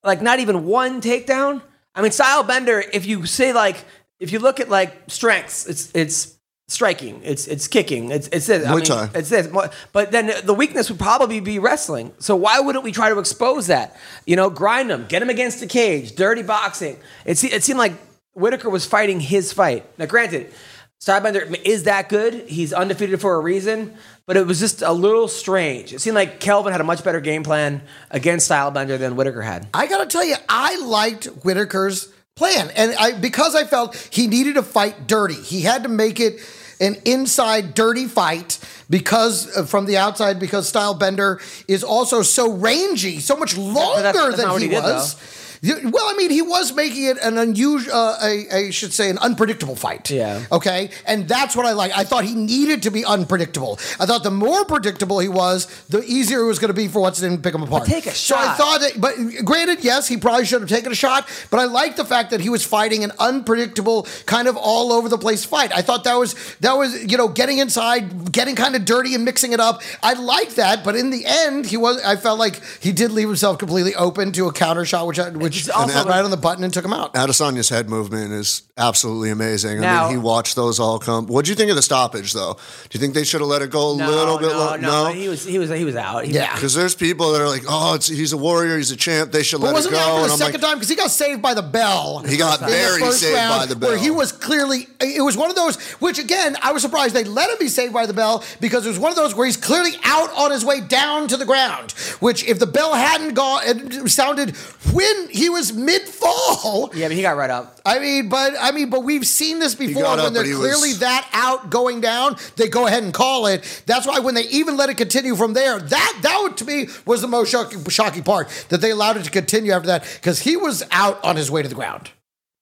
Speaker 3: Like not even one takedown. I mean, Style Bender. If you say like, if you look at like strengths, it's it's striking, it's it's kicking, it's it's this. I
Speaker 5: Muay
Speaker 3: mean,
Speaker 5: Thai.
Speaker 3: it's this. Mu- But then the weakness would probably be wrestling. So why wouldn't we try to expose that? You know, grind them, get them against the cage, dirty boxing. It, se- it seemed like Whitaker was fighting his fight. Now, granted, Stylebender is that good. He's undefeated for a reason, but it was just a little strange. It seemed like Kelvin had a much better game plan against Stylebender than Whitaker had.
Speaker 4: I gotta tell you, I liked Whitaker's plan, and I because I felt he needed to fight dirty. He had to make it an inside dirty fight because uh, from the outside because Stylebender is also so rangy, so much longer
Speaker 3: that's- that's
Speaker 4: than
Speaker 3: not what
Speaker 4: he,
Speaker 3: he did,
Speaker 4: was.
Speaker 3: though.
Speaker 4: You- Well, I mean, he was making it an unusual, uh, I, I should say, an unpredictable fight.
Speaker 3: Yeah.
Speaker 4: Okay. And that's what I like. I thought he needed to be unpredictable. I thought the more predictable he was, the easier it was going to be for what's in pick him apart.
Speaker 3: take a
Speaker 4: So I
Speaker 3: shot.
Speaker 4: thought that, but granted, yes, he probably should have taken a shot. But I like the fact that he was fighting an unpredictable, kind of all over the place fight. I thought that was that was you know getting inside, getting kind of dirty and mixing it up. I like that, but in the end, he was. I felt like he did leave himself completely open to a counter shot, which I, which
Speaker 3: It's also-
Speaker 4: also right on the button and took him out.
Speaker 5: Adesanya's head movement is absolutely amazing.
Speaker 3: Now-
Speaker 5: I mean, he watched those all come. What do you think of the stoppage, though? Do you think they should have let it go a little bit?
Speaker 3: no,
Speaker 5: lo-
Speaker 3: no, He was he was he was out. He-
Speaker 4: Yeah.
Speaker 5: Because there's people that are like, oh, it's, he's a warrior, he's a champ, they should
Speaker 4: But
Speaker 5: let
Speaker 4: wasn't
Speaker 5: it
Speaker 4: that
Speaker 5: go.
Speaker 4: for
Speaker 5: and
Speaker 4: the
Speaker 5: I'm
Speaker 4: second
Speaker 5: like,
Speaker 4: time? Because he got saved by the bell.
Speaker 5: He got
Speaker 4: in the
Speaker 5: very
Speaker 4: first
Speaker 5: saved by
Speaker 4: round
Speaker 5: the bell.
Speaker 4: Where he was clearly, it was one of those, which again, I was surprised they let him be saved by the bell because it was one of those where he's clearly out on his way down to the ground. Which, if the bell hadn't gone, it sounded when he was mid fall.
Speaker 3: yeah, but he got right up.
Speaker 4: I mean, but I mean, but we've seen this before
Speaker 5: got
Speaker 4: when
Speaker 5: up,
Speaker 4: they're
Speaker 5: but he
Speaker 4: clearly
Speaker 5: was-
Speaker 4: that out going down, they go ahead and call it. That's why when they even let it continue from there, that that would, to me was the most shocking, shocking part that they allowed it to continue after that because he was out on his way to the ground.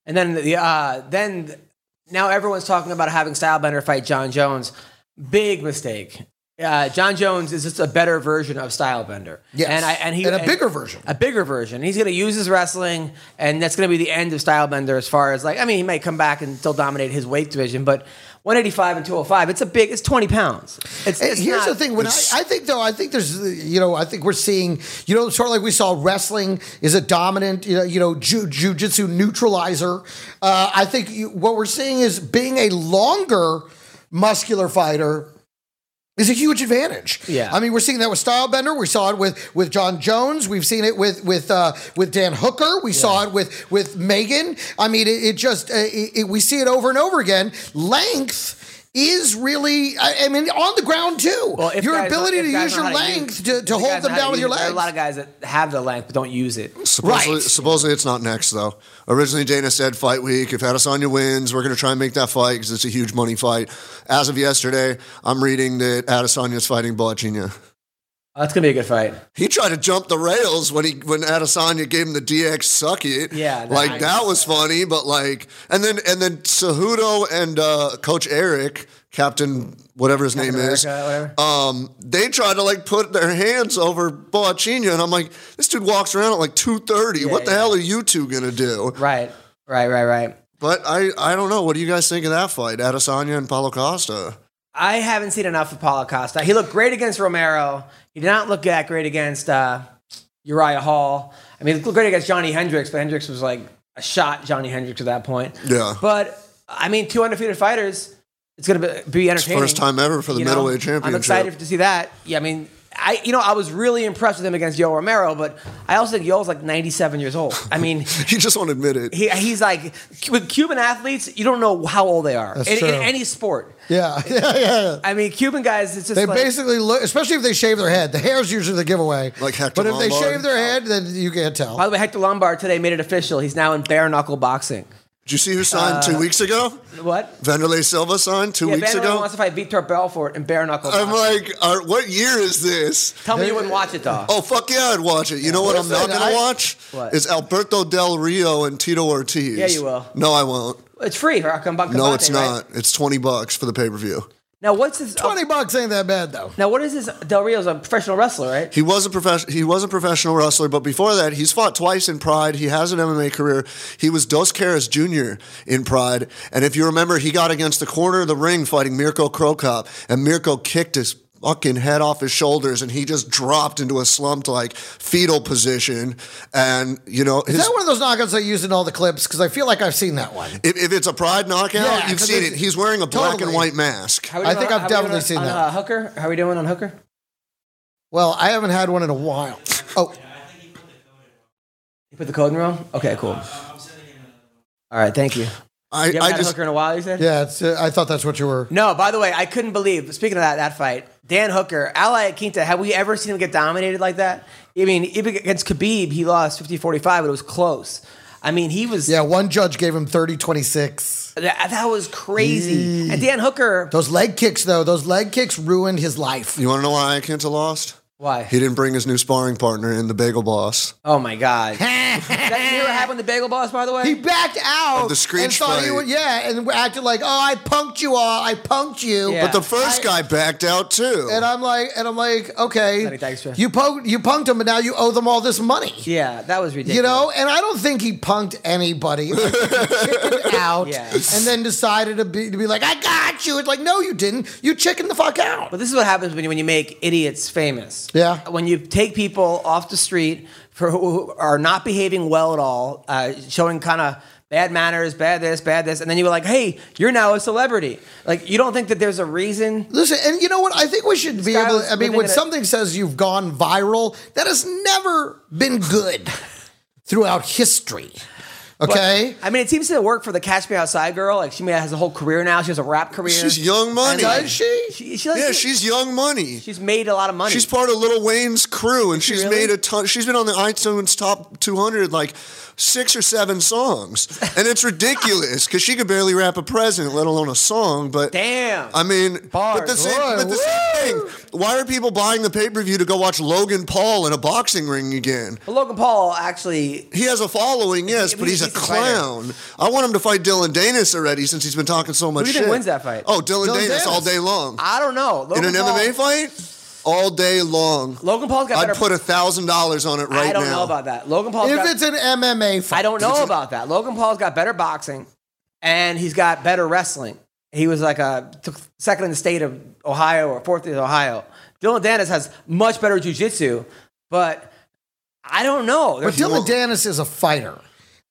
Speaker 3: And then the uh, then now everyone's talking about having Stylebender fight John Jones. Big mistake. Uh, John Jones is just a better version of Stylebender.
Speaker 4: Yes.
Speaker 3: and I and he
Speaker 4: And a bigger version.
Speaker 3: a bigger version. He's going to use his wrestling, and that's going to be the end of Stylebender as far as like I mean, he might come back and still dominate his weight division, but 185 and 205, it's a big, it's 20 pounds. It's,
Speaker 4: And
Speaker 3: it's
Speaker 4: Here's
Speaker 3: not-
Speaker 4: the thing. When I, I think though, I think there's, uh, you know, I think we're seeing, you know, sort of like we saw wrestling is a dominant, you know, you know, ju- jujitsu neutralizer. Uh, I think you, what we're seeing is being a longer muscular fighter is a huge advantage.
Speaker 3: Yeah.
Speaker 4: I mean, we're seeing that with Stylebender. We saw it with with John Jones. We've seen it with with uh, with Dan Hooker. We saw it with with Megan. I mean, it, it just uh, it, it- we see it over and over again. Length. Is really, I I mean, on the ground too.
Speaker 3: Well, if
Speaker 4: your
Speaker 3: guys-
Speaker 4: ability
Speaker 3: if
Speaker 4: to
Speaker 3: guys
Speaker 4: use
Speaker 3: know
Speaker 4: your
Speaker 3: how use-
Speaker 4: length to,
Speaker 3: if
Speaker 4: to
Speaker 3: guys
Speaker 4: hold
Speaker 3: know
Speaker 4: them
Speaker 3: how to
Speaker 4: down with
Speaker 3: use- There
Speaker 4: your
Speaker 3: are
Speaker 4: legs.
Speaker 3: a lot of guys that have the length but don't use it.
Speaker 5: supposedly,
Speaker 4: Right.
Speaker 5: supposedly it's not next, though. Originally, Dana said fight week. If Adesanya wins, we're going to try and make that fight because it's a huge money fight. As of yesterday, I'm reading that Adesanya's fighting Balachina.
Speaker 3: Oh, That's gonna be a good fight.
Speaker 5: He tried to jump the rails when he when Adesanya gave him the DX suck it.
Speaker 3: Yeah,
Speaker 5: like
Speaker 3: nice.
Speaker 5: that was funny, but like and then and then Cejudo and uh, Coach Eric, Captain whatever his name is,
Speaker 3: America, whatever.
Speaker 5: um, they tried to like put their hands over Boachinha, and I'm like, this dude walks around at like two thirty. what the
Speaker 3: yeah.
Speaker 5: hell are you two gonna do?
Speaker 3: right, right, right, right.
Speaker 5: But I I don't know. What do you guys think of that fight, Adesanya and Paulo Costa?
Speaker 3: I haven't seen enough of Paulo Costa. He looked great against Romero. He did not look that great against uh, Uriah Hall. I mean, he looked great against Johnny Hendricks, but Hendricks was like a shot Johnny Hendricks at that point.
Speaker 5: Yeah.
Speaker 3: But I mean, two undefeated fighters. It's gonna be, be entertaining.
Speaker 5: First time ever for the
Speaker 3: you know?
Speaker 5: middleweight championship.
Speaker 3: I'm excited to see that. Yeah, I mean, I you know I was really impressed with him against Yo Romero, but I also think Yo's like 97 years old. I mean,
Speaker 5: He just won't admit it.
Speaker 3: he, he's like with Cuban athletes, you don't know how old they are in, in
Speaker 4: true.
Speaker 3: any sport.
Speaker 4: Yeah, yeah, yeah.
Speaker 3: I mean, Cuban guys, it's just
Speaker 4: They
Speaker 3: like,
Speaker 4: basically look, especially if they shave their head. The hair's usually the giveaway.
Speaker 5: Like Hector
Speaker 4: but if they
Speaker 5: Lombard.
Speaker 4: shave their head, then you can't tell.
Speaker 3: By the way, Hector Lombard today made it official. He's now in bare knuckle boxing.
Speaker 5: Did you see who signed two weeks ago?
Speaker 3: What?
Speaker 5: Vanderlei Silva signed two
Speaker 3: Uh, Yeah,
Speaker 5: weeks
Speaker 3: Vanderlei
Speaker 5: ago.
Speaker 3: wants to fight Victor Belfort in bare knuckle
Speaker 5: I'm
Speaker 3: boxing.
Speaker 5: like, are, what year is this?
Speaker 3: Tell me you wouldn't watch it though.
Speaker 5: Oh fuck yeah, I'd watch it. You know what I'm not
Speaker 4: Listen,
Speaker 5: gonna
Speaker 4: I-
Speaker 5: watch
Speaker 3: What?
Speaker 5: is Alberto Del Rio and Tito Ortiz.
Speaker 3: Yeah, you will.
Speaker 5: No, I won't.
Speaker 3: It's free. Or Akambak
Speaker 5: No,
Speaker 3: Kabate,
Speaker 5: it's
Speaker 3: right?
Speaker 5: not. It's twenty bucks for the pay per view.
Speaker 3: Now what's this?
Speaker 4: Twenty bucks ain't that bad though.
Speaker 3: Now what is this? Del Rio's a professional wrestler, right?
Speaker 5: He was a profession. He was a professional wrestler, but before that, he's fought twice in Pride. He has an MMA career. He was Dos Caras Jr. in Pride, and if you remember, he got against the corner of the ring fighting Mirko Krokop, and Mirko kicked his fucking head off his shoulders, and he just dropped into a slumped like fetal position, and you know his.
Speaker 4: Is that one of those knockouts I used in all the clips? Because I feel like I've seen that one.
Speaker 5: if, if it's a pride knockout,
Speaker 4: Yeah,
Speaker 5: you've
Speaker 4: 'cause
Speaker 5: seen it.
Speaker 4: it's-
Speaker 5: He's wearing a black and
Speaker 4: totally.
Speaker 5: white mask.
Speaker 3: How we
Speaker 4: I
Speaker 3: doing
Speaker 4: think
Speaker 3: on-
Speaker 4: I've
Speaker 3: how we
Speaker 4: definitely
Speaker 3: doing on-
Speaker 4: seen
Speaker 3: on,
Speaker 4: that.
Speaker 3: Uh, Hooker, how are we doing on Hooker?
Speaker 4: Well, I haven't had one in a while. Oh,
Speaker 3: You put the code in wrong. Okay, cool. All right, thank you.
Speaker 5: I,
Speaker 3: You haven't
Speaker 5: I
Speaker 3: had a
Speaker 5: just
Speaker 3: Hooker in a while. You said.
Speaker 4: yeah. It's, uh, I thought that's what you were.
Speaker 3: No, by the way, I couldn't believe. Speaking of that, that fight, Dan Hooker, Ally Quinta, have we ever seen him get dominated like that? I mean, even against Khabib, he lost 50-45, but it was close. I mean, he was
Speaker 4: Yeah, one judge gave him 30 26.
Speaker 3: that, that was crazy. And Dan Hooker,
Speaker 4: Those leg kicks, though, those leg kicks ruined his life.
Speaker 5: You want to know why Kenta lost?
Speaker 3: why?
Speaker 5: He didn't bring his new sparring partner in, the Bagel Boss.
Speaker 3: Oh my god! that you hear what happened to Bagel Boss, by the way?
Speaker 4: He backed out.
Speaker 5: Of the screech
Speaker 4: and thought he
Speaker 5: fight.
Speaker 4: would, Yeah, and acted like, oh, I punked you all. I punked you.
Speaker 3: Yeah.
Speaker 5: But the first guy backed out too.
Speaker 4: And I'm like, and I'm like, okay,
Speaker 3: Sonny Dykstra.
Speaker 4: you punked, you punked him, but now you owe them all this money.
Speaker 3: yeah, that was ridiculous.
Speaker 4: You know, and I don't think he punked anybody. I think he chickened out,
Speaker 3: Yeah.
Speaker 4: and then decided to be, to be like, I got you. It's like, no, you didn't. You chickened the fuck out.
Speaker 3: But this is what happens when you, when you make idiots famous.
Speaker 4: Yeah.
Speaker 3: When you take people off the street for who are not behaving well at all, uh, showing kind of bad manners, bad this, bad this, and then you were like, "Hey, you're now a celebrity." Like you don't think that there's a reason.
Speaker 4: Listen, and you know what? I think we should be
Speaker 3: guy
Speaker 4: able.
Speaker 3: was
Speaker 4: To, I mean,
Speaker 3: living
Speaker 4: when
Speaker 3: in a-
Speaker 4: something says you've gone viral, that has never been good throughout history. Okay,
Speaker 3: I mean, it seems to work for the Catch Me Outside girl. Like she may- has a whole career now. She has a rap career.
Speaker 5: She's Young Money.
Speaker 4: does she?
Speaker 3: She, she, like,
Speaker 5: yeah, she's Young Money.
Speaker 3: she's made a lot of money.
Speaker 5: She's part of Little Wayne's crew, and she's
Speaker 3: really?
Speaker 5: made a ton. She's been on the iTunes top 200 like six or seven songs, and it's ridiculous because she could barely rap a president, let alone a song. But
Speaker 3: Damn.
Speaker 5: I mean, but the
Speaker 4: Bars.
Speaker 5: same,
Speaker 4: Whoa,
Speaker 5: but the same thing. Why are people buying the pay per view to go watch Logan Paul in a boxing ring again?
Speaker 3: But Logan Paul actually.
Speaker 5: He has a following, yes, but he's,
Speaker 3: he's-
Speaker 5: a
Speaker 3: he's a fighter.
Speaker 5: clown. I want him to fight Dylan Danis already since he's been talking so much
Speaker 3: do you
Speaker 5: shit.
Speaker 3: think wins that fight?
Speaker 5: Oh, Dylan,
Speaker 4: Dylan
Speaker 5: Danis,
Speaker 4: Danis.
Speaker 5: all day long.
Speaker 3: I don't know.
Speaker 5: in
Speaker 3: Logan
Speaker 5: an
Speaker 3: Paul-
Speaker 5: MMA fight? All day long.
Speaker 3: Logan Paul's got
Speaker 5: I'd
Speaker 3: better-
Speaker 5: put a thousand dollars on it right now.
Speaker 3: I don't know about that. Logan Paul's
Speaker 4: if
Speaker 3: got-
Speaker 4: it's an MMA fight,
Speaker 3: I don't know about that. Logan Paul's got better boxing, and he's got better wrestling. He was like a took second in the state of Ohio or fourth in Ohio. Dylan Dennis has much better jujitsu, but I don't know.
Speaker 4: But
Speaker 3: There's
Speaker 4: Dylan Dennis is a fighter.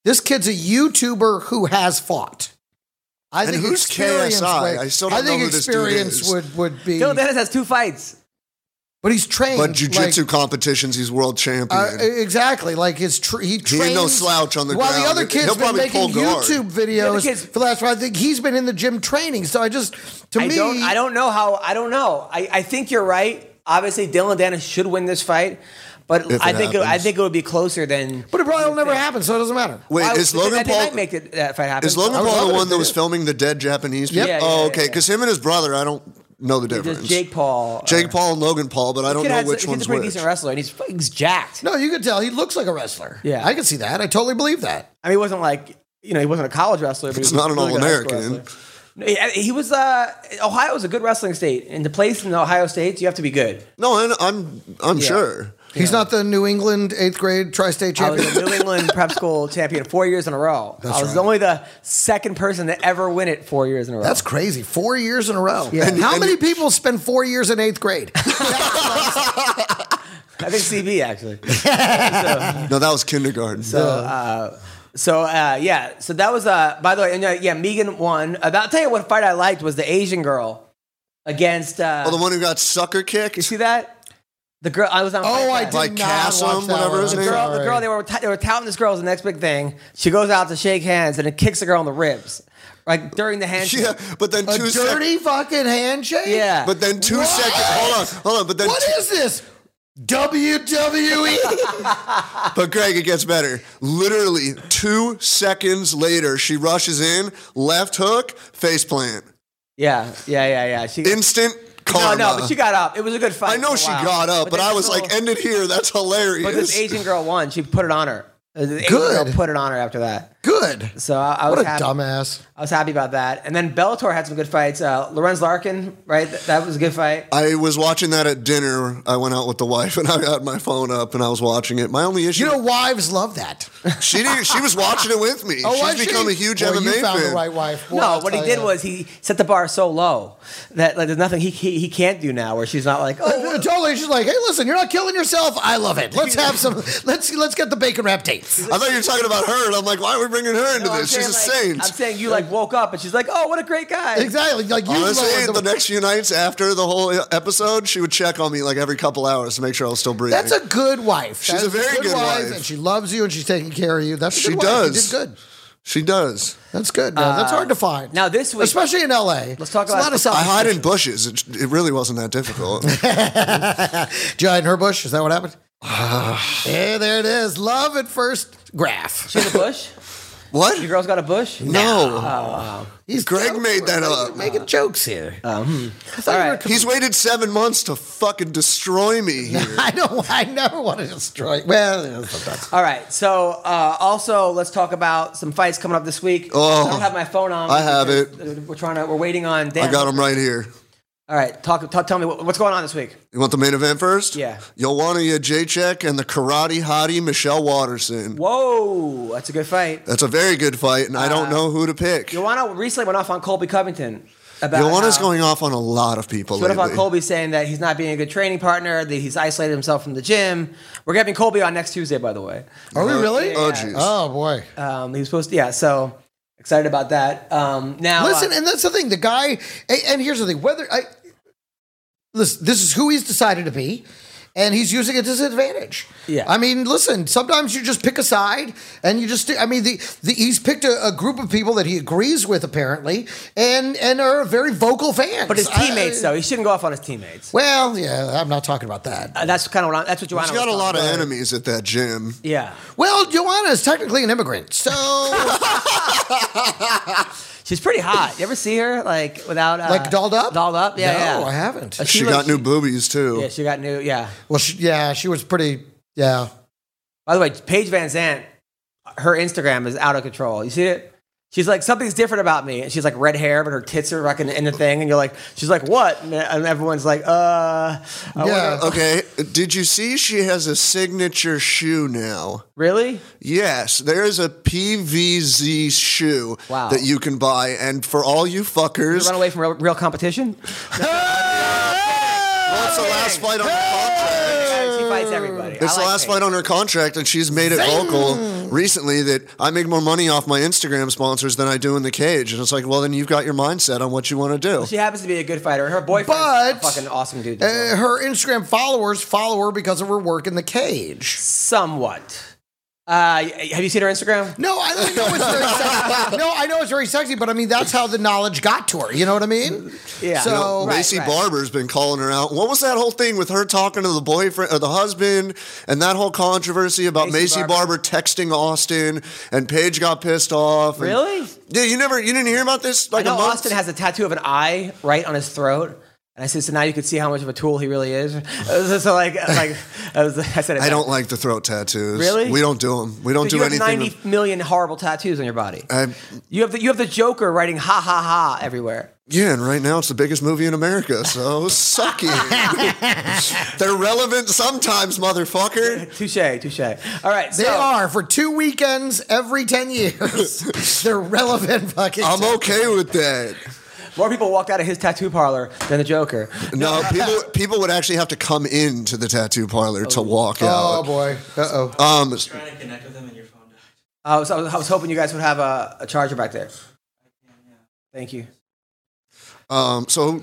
Speaker 4: This kid's a YouTuber who has fought. I
Speaker 5: And
Speaker 4: think
Speaker 5: who's
Speaker 4: experience
Speaker 5: KSI?
Speaker 4: would-
Speaker 5: I still don't
Speaker 4: think
Speaker 5: know who this dude
Speaker 4: experience
Speaker 5: is.
Speaker 4: would would be.
Speaker 3: Dylan Dennis has two fights.
Speaker 4: but he's trained.
Speaker 5: But jujitsu
Speaker 4: like,
Speaker 5: competitions, he's world champion.
Speaker 4: uh, exactly, like his tr- he
Speaker 5: he
Speaker 4: trains.
Speaker 5: ain't no slouch on the
Speaker 4: While the
Speaker 5: ground.
Speaker 4: other
Speaker 5: He'll
Speaker 4: kid's been
Speaker 5: probably
Speaker 4: making
Speaker 5: pull guard.
Speaker 4: YouTube
Speaker 3: The other
Speaker 4: videos
Speaker 3: kid's-
Speaker 4: for the last five, I think he's been in the gym training. So I just, to
Speaker 3: I
Speaker 4: me,
Speaker 3: don't. I don't know how. I don't know. I, I think you're right. Obviously, Dylan Dennis should win this fight, but
Speaker 5: If it
Speaker 3: I think it, I
Speaker 5: happens.
Speaker 3: think it would be closer than.
Speaker 4: But it probably will never happen, so it doesn't matter.
Speaker 5: Wait,
Speaker 3: I-
Speaker 5: is
Speaker 3: they
Speaker 5: Logan Paul?
Speaker 3: might make it, that fight happen.
Speaker 5: Is Logan
Speaker 4: I would
Speaker 5: Paul
Speaker 4: love it
Speaker 5: the
Speaker 4: if
Speaker 5: one
Speaker 4: they
Speaker 5: that was
Speaker 4: did.
Speaker 5: filming the dead Japanese? people?
Speaker 3: Yeah, yeah,
Speaker 5: oh,
Speaker 3: yeah,
Speaker 5: okay.
Speaker 3: yeah.
Speaker 5: Because him and his brother, I don't know the
Speaker 3: There's
Speaker 5: difference.
Speaker 3: Jake Paul. uh,
Speaker 5: Jake Paul and Logan Paul, but I don't
Speaker 3: kid
Speaker 5: know
Speaker 3: has-
Speaker 5: which
Speaker 3: kid's
Speaker 5: one's
Speaker 3: a pretty
Speaker 5: which.
Speaker 3: decent wrestler, and he's fucking jacked.
Speaker 4: No, you can tell he looks like a wrestler.
Speaker 3: Yeah.
Speaker 4: I can see that. I totally believe that.
Speaker 3: I mean, he wasn't like you know he wasn't a college wrestler. But
Speaker 5: He's
Speaker 3: he was
Speaker 5: not an
Speaker 3: a really good high school
Speaker 5: All-American.
Speaker 3: wrestler. No, He he was. Uh, Ohio was a good wrestling state, and to play in the Ohio States, you have to be good.
Speaker 5: No, and I'm I'm sure.
Speaker 4: He's not the New England eighth grade tri-state
Speaker 3: I
Speaker 4: champion.
Speaker 3: was a New England prep school champion four years in a row. I was
Speaker 4: right.
Speaker 3: only the second person to ever win it four years in a row.
Speaker 4: That's crazy. Four years in a row.
Speaker 3: Yeah.
Speaker 4: How
Speaker 5: And-
Speaker 4: many people spend four years in eighth grade?
Speaker 3: I think CB actually.
Speaker 5: No, that was kindergarten.
Speaker 3: So uh, yeah, so that was uh. By the way, and, uh, yeah, Megan won. Uh, I'll tell you what fight I liked was the Asian girl against. Uh,
Speaker 5: oh, the one who got sucker
Speaker 3: you
Speaker 5: kicked.
Speaker 3: see that? The girl I was on. Fight
Speaker 4: oh, I
Speaker 3: Pass.
Speaker 4: did
Speaker 5: Like
Speaker 4: not
Speaker 5: Kassam,
Speaker 4: watch that
Speaker 5: whatever
Speaker 4: one.
Speaker 5: his
Speaker 4: I'm
Speaker 5: name-
Speaker 3: girl, the
Speaker 4: sorry.
Speaker 3: girl, they were t- they were touting this girl as the next big thing. She goes out to shake hands and it kicks the girl in the ribs, like during the handshake.
Speaker 5: Yeah, but then
Speaker 4: A
Speaker 5: two seconds.
Speaker 4: dirty fucking handshake.
Speaker 3: Yeah.
Speaker 5: But then two
Speaker 4: What?
Speaker 5: seconds. Hold on, hold on. But then,
Speaker 4: What
Speaker 5: two-
Speaker 4: is this? E? WWE.
Speaker 5: but Greg, it gets better. Literally two seconds later, she rushes in, left hook, face plant,
Speaker 3: yeah, yeah, yeah, yeah. She
Speaker 5: instant
Speaker 3: no,
Speaker 5: karma.
Speaker 3: no, but she got up. It was a good fight.
Speaker 5: I know
Speaker 3: for a
Speaker 5: she
Speaker 3: while.
Speaker 5: got up, but,
Speaker 3: then
Speaker 5: I
Speaker 3: this
Speaker 5: was
Speaker 3: little-
Speaker 5: like, end it here. That's hilarious.
Speaker 3: but this Asian girl won. She put it on her. The Asian
Speaker 4: Good.
Speaker 3: girl put it on her after that.
Speaker 4: Good.
Speaker 3: So I, I was
Speaker 4: What a
Speaker 3: happy.
Speaker 4: dumbass.
Speaker 3: I was happy about that. And then Bellator had some good fights. Uh, Lorenz Larkin, right? Th- that was a good fight.
Speaker 5: I was watching that at dinner. I went out with the wife, and I had my phone up, and I was watching it. My only issue,
Speaker 4: You know, wives love that.
Speaker 5: she didn't, she was watching it with me.
Speaker 4: Oh,
Speaker 5: She's
Speaker 4: was
Speaker 5: become
Speaker 4: she?
Speaker 5: a huge
Speaker 4: Boy,
Speaker 5: MMA
Speaker 4: you found
Speaker 5: fan.
Speaker 4: the right wife. Boy,
Speaker 3: No,
Speaker 4: I'll
Speaker 3: what he
Speaker 4: tell
Speaker 3: did
Speaker 4: ya.
Speaker 3: was he set the bar so low that like there's nothing he he, he can't do now. Where she's not like, oh,
Speaker 4: Uh, Totally, she's like, "Hey, listen, you're not killing yourself. I love it. Let's have some. Let's let's get the bacon wrap tape."
Speaker 5: I thought you were talking about her, and I'm like, why are we bringing her into
Speaker 3: No, I'm
Speaker 5: this? She's a
Speaker 3: saying,
Speaker 5: saint.
Speaker 3: like- I'm saying you like woke up and she's like, oh, what a great guy.
Speaker 4: Exactly, like you
Speaker 5: Honestly,
Speaker 4: love
Speaker 5: the next few nights after the whole episode, she would check on me like every couple hours to make sure I was still breathing.
Speaker 4: That's a good wife.
Speaker 5: She's
Speaker 4: That's
Speaker 5: a very good wife.
Speaker 4: and she loves you, and she's taking care of you. That's a
Speaker 5: She
Speaker 4: good wife. You
Speaker 5: does.
Speaker 4: did good.
Speaker 5: she does.
Speaker 4: That's good. Man. That's hard to find.
Speaker 3: Uh, now this week-
Speaker 4: especially in L.A.
Speaker 3: Let's talk
Speaker 4: It's
Speaker 3: about-
Speaker 4: a lot of
Speaker 5: I
Speaker 4: self.
Speaker 5: hide in bushes. It, it really wasn't that difficult.
Speaker 4: Giant her bush. Is that what happened? hey, there it is. Love at first graph.
Speaker 3: She has a bush.
Speaker 5: what?
Speaker 3: Your girl's got a bush.
Speaker 5: No.
Speaker 4: He's
Speaker 5: Greg made that
Speaker 4: We're
Speaker 5: up.
Speaker 4: Making jokes here. I thought
Speaker 3: Um, All
Speaker 4: you were
Speaker 3: right.
Speaker 4: com-
Speaker 5: He's waited seven months to fucking destroy me here.
Speaker 4: I don't. I never want to destroy. Well, you know, sometimes.
Speaker 3: All right. So uh, also let's talk about some fights coming up this week.
Speaker 5: Oh.
Speaker 3: I don't have my phone on.
Speaker 5: I have
Speaker 3: because, uh, We're trying to. We're waiting on. Dan.
Speaker 5: I got him right here.
Speaker 3: All right. Talk, talk. Tell me what, what's going on this week.
Speaker 5: You want the main event first?
Speaker 3: Yeah.
Speaker 5: Joanna Jacek and the karate hottie Michelle Watterson.
Speaker 3: Whoa, that's a good fight.
Speaker 5: That's a very good fight, and I don't know who to pick.
Speaker 3: Joanna recently went off on Colby Covington about.
Speaker 5: Joanna's
Speaker 3: how-
Speaker 5: going off on a lot of people
Speaker 3: She went off on
Speaker 5: lately.
Speaker 3: Colby saying that he's not being a good training partner, that he's isolated himself from the gym. We're getting Colby on next Tuesday, by the way.
Speaker 4: Are we really?
Speaker 5: Oh, jeez.
Speaker 4: Oh boy.
Speaker 3: Um, he was supposed to, yeah. So excited about that. Um, now,
Speaker 4: Listen,
Speaker 3: uh,
Speaker 4: and that's the thing. The guy, and, and here's the thing. Whether I listen, this is who he's decided to be, and he's using a disadvantage.
Speaker 3: Yeah.
Speaker 4: I mean, listen. Sometimes you just pick a side, and you just. I mean, the, the he's picked a, a group of people that he agrees with apparently, and and are very vocal fans.
Speaker 3: but his
Speaker 4: I-
Speaker 3: teammates though, he shouldn't go off on his teammates.
Speaker 4: well, yeah, I'm not talking about that.
Speaker 3: Uh, that's kind of what I'm, that's what Joanna.
Speaker 5: She's got a
Speaker 3: was
Speaker 5: lot of
Speaker 3: talking about.
Speaker 5: enemies at that gym.
Speaker 3: Yeah,
Speaker 4: Well, Joanna is technically an immigrant, so
Speaker 3: she's pretty hot. You ever see her like without uh,
Speaker 4: like dolled up,
Speaker 3: Dolled up, yeah.
Speaker 4: No,
Speaker 3: yeah.
Speaker 4: I haven't.
Speaker 3: Uh,
Speaker 5: She,
Speaker 3: looks-
Speaker 5: got new boobies too.
Speaker 3: Yeah, she got new. Yeah.
Speaker 4: Well, she, yeah, she was pretty. Yeah,
Speaker 3: By the way, Paige Van Zant, her Instagram is out of control. You see it? She's like, something's different about me. And she's like red hair, but her tits are fucking in the thing. And you're like, she's like, what? And and everyone's like, uh, I
Speaker 4: yeah.
Speaker 3: wonder-
Speaker 5: Okay, did you see she has a signature shoe now?
Speaker 3: really?
Speaker 5: Yes, there is a PVZ shoe
Speaker 3: Wow.
Speaker 5: that you can buy, and for all you fuckers,
Speaker 3: Run away from real, real competition?
Speaker 5: that's the last fight on her contract.
Speaker 3: she fights everybody.
Speaker 5: It's the last fight on her contract, and she's made it vocal recently that I make more money off my Instagram sponsors than I do in the cage. And it's like, well, then you've got your mindset on what you want to do.
Speaker 3: She happens to be a good fighter. Her boyfriend's a
Speaker 4: But-
Speaker 3: fucking awesome dude.
Speaker 4: Uh, her Instagram followers follow her because of her work in the cage.
Speaker 3: Somewhat. Uh, have you seen her Instagram?
Speaker 4: No, I I know it's very sexy. No, I know it's very sexy, but I mean that's how the knowledge got to her. You know what I mean?
Speaker 3: Yeah.
Speaker 4: So-
Speaker 5: No,
Speaker 4: Right,
Speaker 5: Lacey Barber's been calling her out. What was that whole thing with her talking to the boyfriend or the husband and that whole controversy about
Speaker 3: Lacey
Speaker 5: Macy,
Speaker 3: Barber.
Speaker 5: Barber. texting Austin and Paige got pissed off? and-
Speaker 3: Really?
Speaker 5: Yeah, you never you didn't hear about this
Speaker 3: I
Speaker 5: like a
Speaker 3: know
Speaker 5: month?
Speaker 3: Austin has a tattoo of an eye right on his throat. And I said, so now you can see how much of a tool he really is. So, so like, like I, was, I said, it
Speaker 5: I don't like the throat tattoos.
Speaker 3: Really?
Speaker 5: We don't do them. We don't
Speaker 3: So
Speaker 5: do
Speaker 3: you have
Speaker 5: anything.
Speaker 3: ninety million horrible tattoos on your body.
Speaker 5: I-
Speaker 3: you have the you have the Joker writing ha ha ha everywhere.
Speaker 5: yeah, and right now it's the biggest movie in America, so suck it. They're relevant sometimes, motherfucker.
Speaker 3: Touche, touche. All right,
Speaker 4: They
Speaker 3: so,
Speaker 4: are for two weekends every 10 years. They're relevant fucking.
Speaker 5: I'm okay with that.
Speaker 3: More people walked out of his tattoo parlor than the Joker.
Speaker 5: No, people people would actually have to come into the tattoo parlor to walk
Speaker 4: Oh,
Speaker 5: out.
Speaker 4: boy. Uh oh.
Speaker 5: Um,
Speaker 6: trying to connect with them and your phone died.
Speaker 3: I was, I was, I was hoping you guys would have a, a charger back there. Thank you.
Speaker 5: um, so,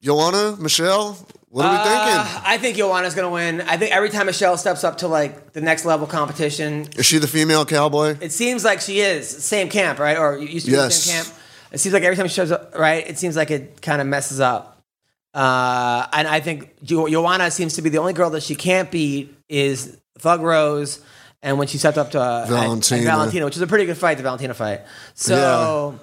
Speaker 5: Joanna, Michelle, what are we thinking?
Speaker 3: I think Joanna's gonna win. I think every time Michelle steps up to like the next level competition,
Speaker 5: Is she the female cowboy?
Speaker 3: it seems like she is same camp, right? Or you used to be the same
Speaker 5: Yes.
Speaker 3: camp. It seems like every time she shows up, right? It seems like it kind of messes up. Uh, and I think Jo- Joanna seems to be the only girl that she can't beat is Thug Rose, and when she stepped up to uh,
Speaker 5: Valentina.
Speaker 3: and Valentina, which is a pretty good fight, the Valentina fight. So.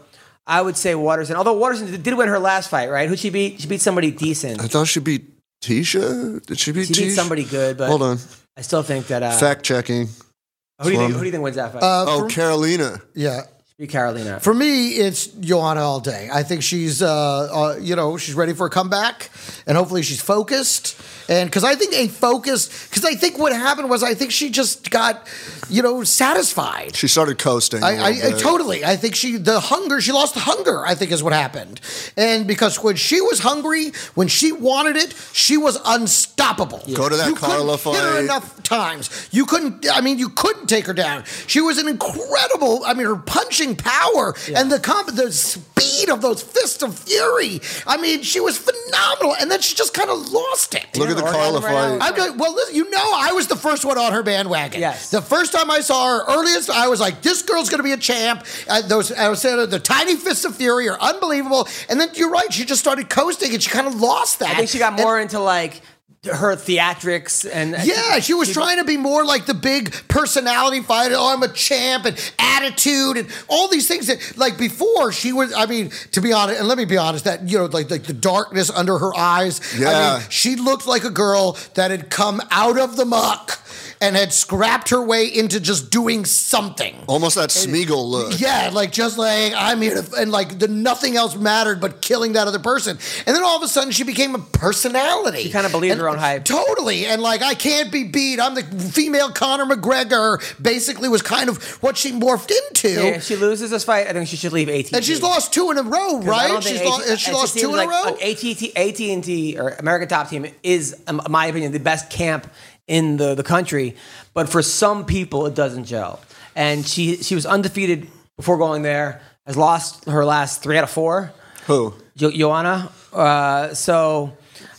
Speaker 3: I would say Watterson, although Watterson did win her last fight, right? Who she beat? She beat somebody decent.
Speaker 5: I thought she beat Tisha. Did she beat
Speaker 3: She
Speaker 5: Tisha?
Speaker 3: beat somebody good, but
Speaker 5: Hold on.
Speaker 3: I still think that. Uh,
Speaker 5: Fact checking.
Speaker 3: who, do you think,
Speaker 5: Slum.
Speaker 3: who do you think wins that fight?
Speaker 4: Uh,
Speaker 5: Oh,
Speaker 4: for-
Speaker 5: Carolina.
Speaker 4: yeah.
Speaker 3: Be Carolina.
Speaker 4: For me, it's Joanna all day. I think she's, uh, uh, you know, she's ready for a comeback, and hopefully she's focused. And because I think a focused, because I think what happened was I think she just got, you know, satisfied.
Speaker 5: She started coasting. a
Speaker 4: I, I, I
Speaker 5: little bit.
Speaker 4: totally. I think she the hunger she lost the hunger. I think is what happened, and because when she was hungry, when she wanted it, she was unstoppable.
Speaker 5: Go to that
Speaker 4: you
Speaker 5: Carla
Speaker 4: couldn't Hit her
Speaker 5: fight.
Speaker 4: enough times. You couldn't. I mean, you couldn't take her down. She was an incredible. I mean, her punching power and the comp, the speed of those fists of fury. I mean, she was phenomenal. And then she just kind of lost it.
Speaker 5: Look at the
Speaker 3: Or-
Speaker 5: Carla
Speaker 3: right now.
Speaker 5: fight.
Speaker 4: I'm going, well, listen, you know, I was the first one on her bandwagon.
Speaker 3: Yes.
Speaker 4: The first time I saw her, earliest, I was like, this girl's going to be a champ. I, those, I was saying the tiny fists of fury are unbelievable. And then you're right, she just started coasting and she kind of lost that.
Speaker 3: I think she got more into like her theatrics and uh,
Speaker 4: Yeah, she was trying to be more like the big personality fighter. Oh, I'm a champ and attitude and all these things that, like before, she was. I mean, to be honest, and let me be honest, that you know, like like the darkness under her eyes. I
Speaker 5: Yeah.
Speaker 4: mean, she looked like a girl that had come out of the muck and had scrapped her way into just doing something.
Speaker 5: Almost that Smeagol look.
Speaker 4: Yeah, like just like I'm here to, and like the nothing else mattered but killing that other person. And then all of a sudden she became a personality. She
Speaker 3: kinda believed her own hype.
Speaker 4: Totally. And like I can't be beat. I'm the female Conor McGregor basically was kind of what she morphed into.
Speaker 3: Yeah, if she loses this fight, I think she should leave AT.
Speaker 4: And she's lost two in a row, right? She's lost, she lost two in a row.
Speaker 3: AT and T or American Top Team is, in my opinion, the best camp in the the country. But for some people, it doesn't gel. And she she was undefeated before going there. Has lost her last three out of four.
Speaker 5: Who?
Speaker 3: Jo- Joanna. Uh, so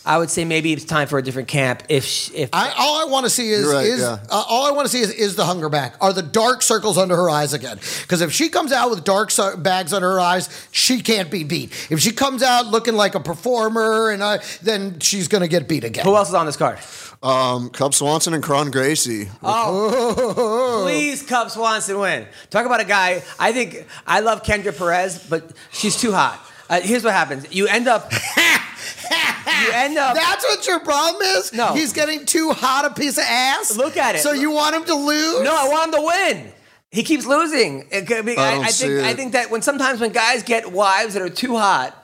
Speaker 3: I would say maybe it's time for a different camp. If she, if
Speaker 4: I, all I want to see is,
Speaker 5: You're right,
Speaker 4: is
Speaker 5: yeah.
Speaker 4: uh, all I want to see is, is the hunger back. Are the dark circles under her eyes again? Because if she comes out with dark cir- bags under her eyes, she can't be beat. If she comes out looking like a performer, and uh, then she's gonna get beat again.
Speaker 3: who else is on this card?
Speaker 5: Um, Cub Swanson and Cron Gracie.
Speaker 3: Uh,
Speaker 4: Oh,
Speaker 3: Please, Cub Swanson win. Talk about a guy. I think I love Kendra Perez, but she's too hot. Uh, here's what happens: you end up, you end up.
Speaker 4: That's what your problem is.
Speaker 3: No.
Speaker 4: he's getting too hot a piece of ass.
Speaker 3: Look at it.
Speaker 4: So you want him to lose?
Speaker 3: No, I want him to win. He keeps losing. It could be-
Speaker 5: I
Speaker 3: I,
Speaker 5: don't
Speaker 3: I
Speaker 5: see
Speaker 3: think
Speaker 5: it.
Speaker 3: I think that when sometimes when guys get wives that are too hot,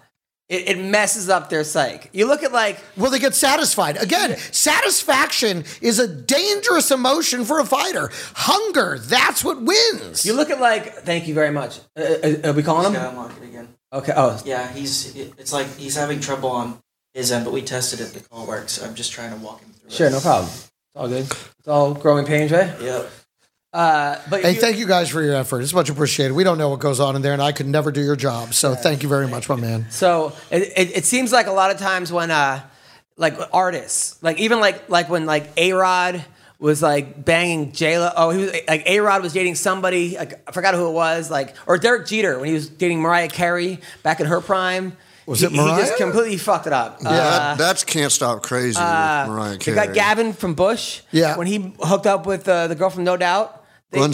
Speaker 3: it, it messes up their psyche. You look at like
Speaker 4: Will they get satisfied? Again, satisfaction is a dangerous emotion for a fighter. Hunger, that's what wins.
Speaker 3: you look at like. Thank you very much. Uh, uh, are we calling
Speaker 6: Yeah,
Speaker 3: him?
Speaker 6: I'm locked it again.
Speaker 3: Okay. Oh,
Speaker 6: Yeah, he's. It's like he's having trouble on his end, but we tested it. The call works. So I'm just trying to walk him through.
Speaker 3: sure,
Speaker 6: it.
Speaker 3: no problem. It's all good. It's all growing pains, right?
Speaker 6: Yep.
Speaker 3: Uh, but
Speaker 4: Hey,
Speaker 3: you-
Speaker 4: thank you guys for your effort. It's much appreciated. We don't know what goes on in there, and I could never do your job. So thank you very much, my man.
Speaker 3: So it, it, it seems like a lot of times when uh, like artists, like even like like when like A Rod was like banging Jayla. Oh, he was like A Rod was dating somebody. Like, I forgot who it was. Like or Derek Jeter when he was dating Mariah Carey back in her prime. Was
Speaker 4: it
Speaker 3: He
Speaker 4: Mariah?
Speaker 3: just completely fucked it up.
Speaker 5: Yeah,
Speaker 3: Uh,
Speaker 5: that, that's Can't Stop Crazy with Mariah
Speaker 3: they
Speaker 5: Carey.
Speaker 3: got Gavin from Bush.
Speaker 4: Yeah.
Speaker 3: When he hooked up with uh, the girl from No Doubt.
Speaker 5: Gwen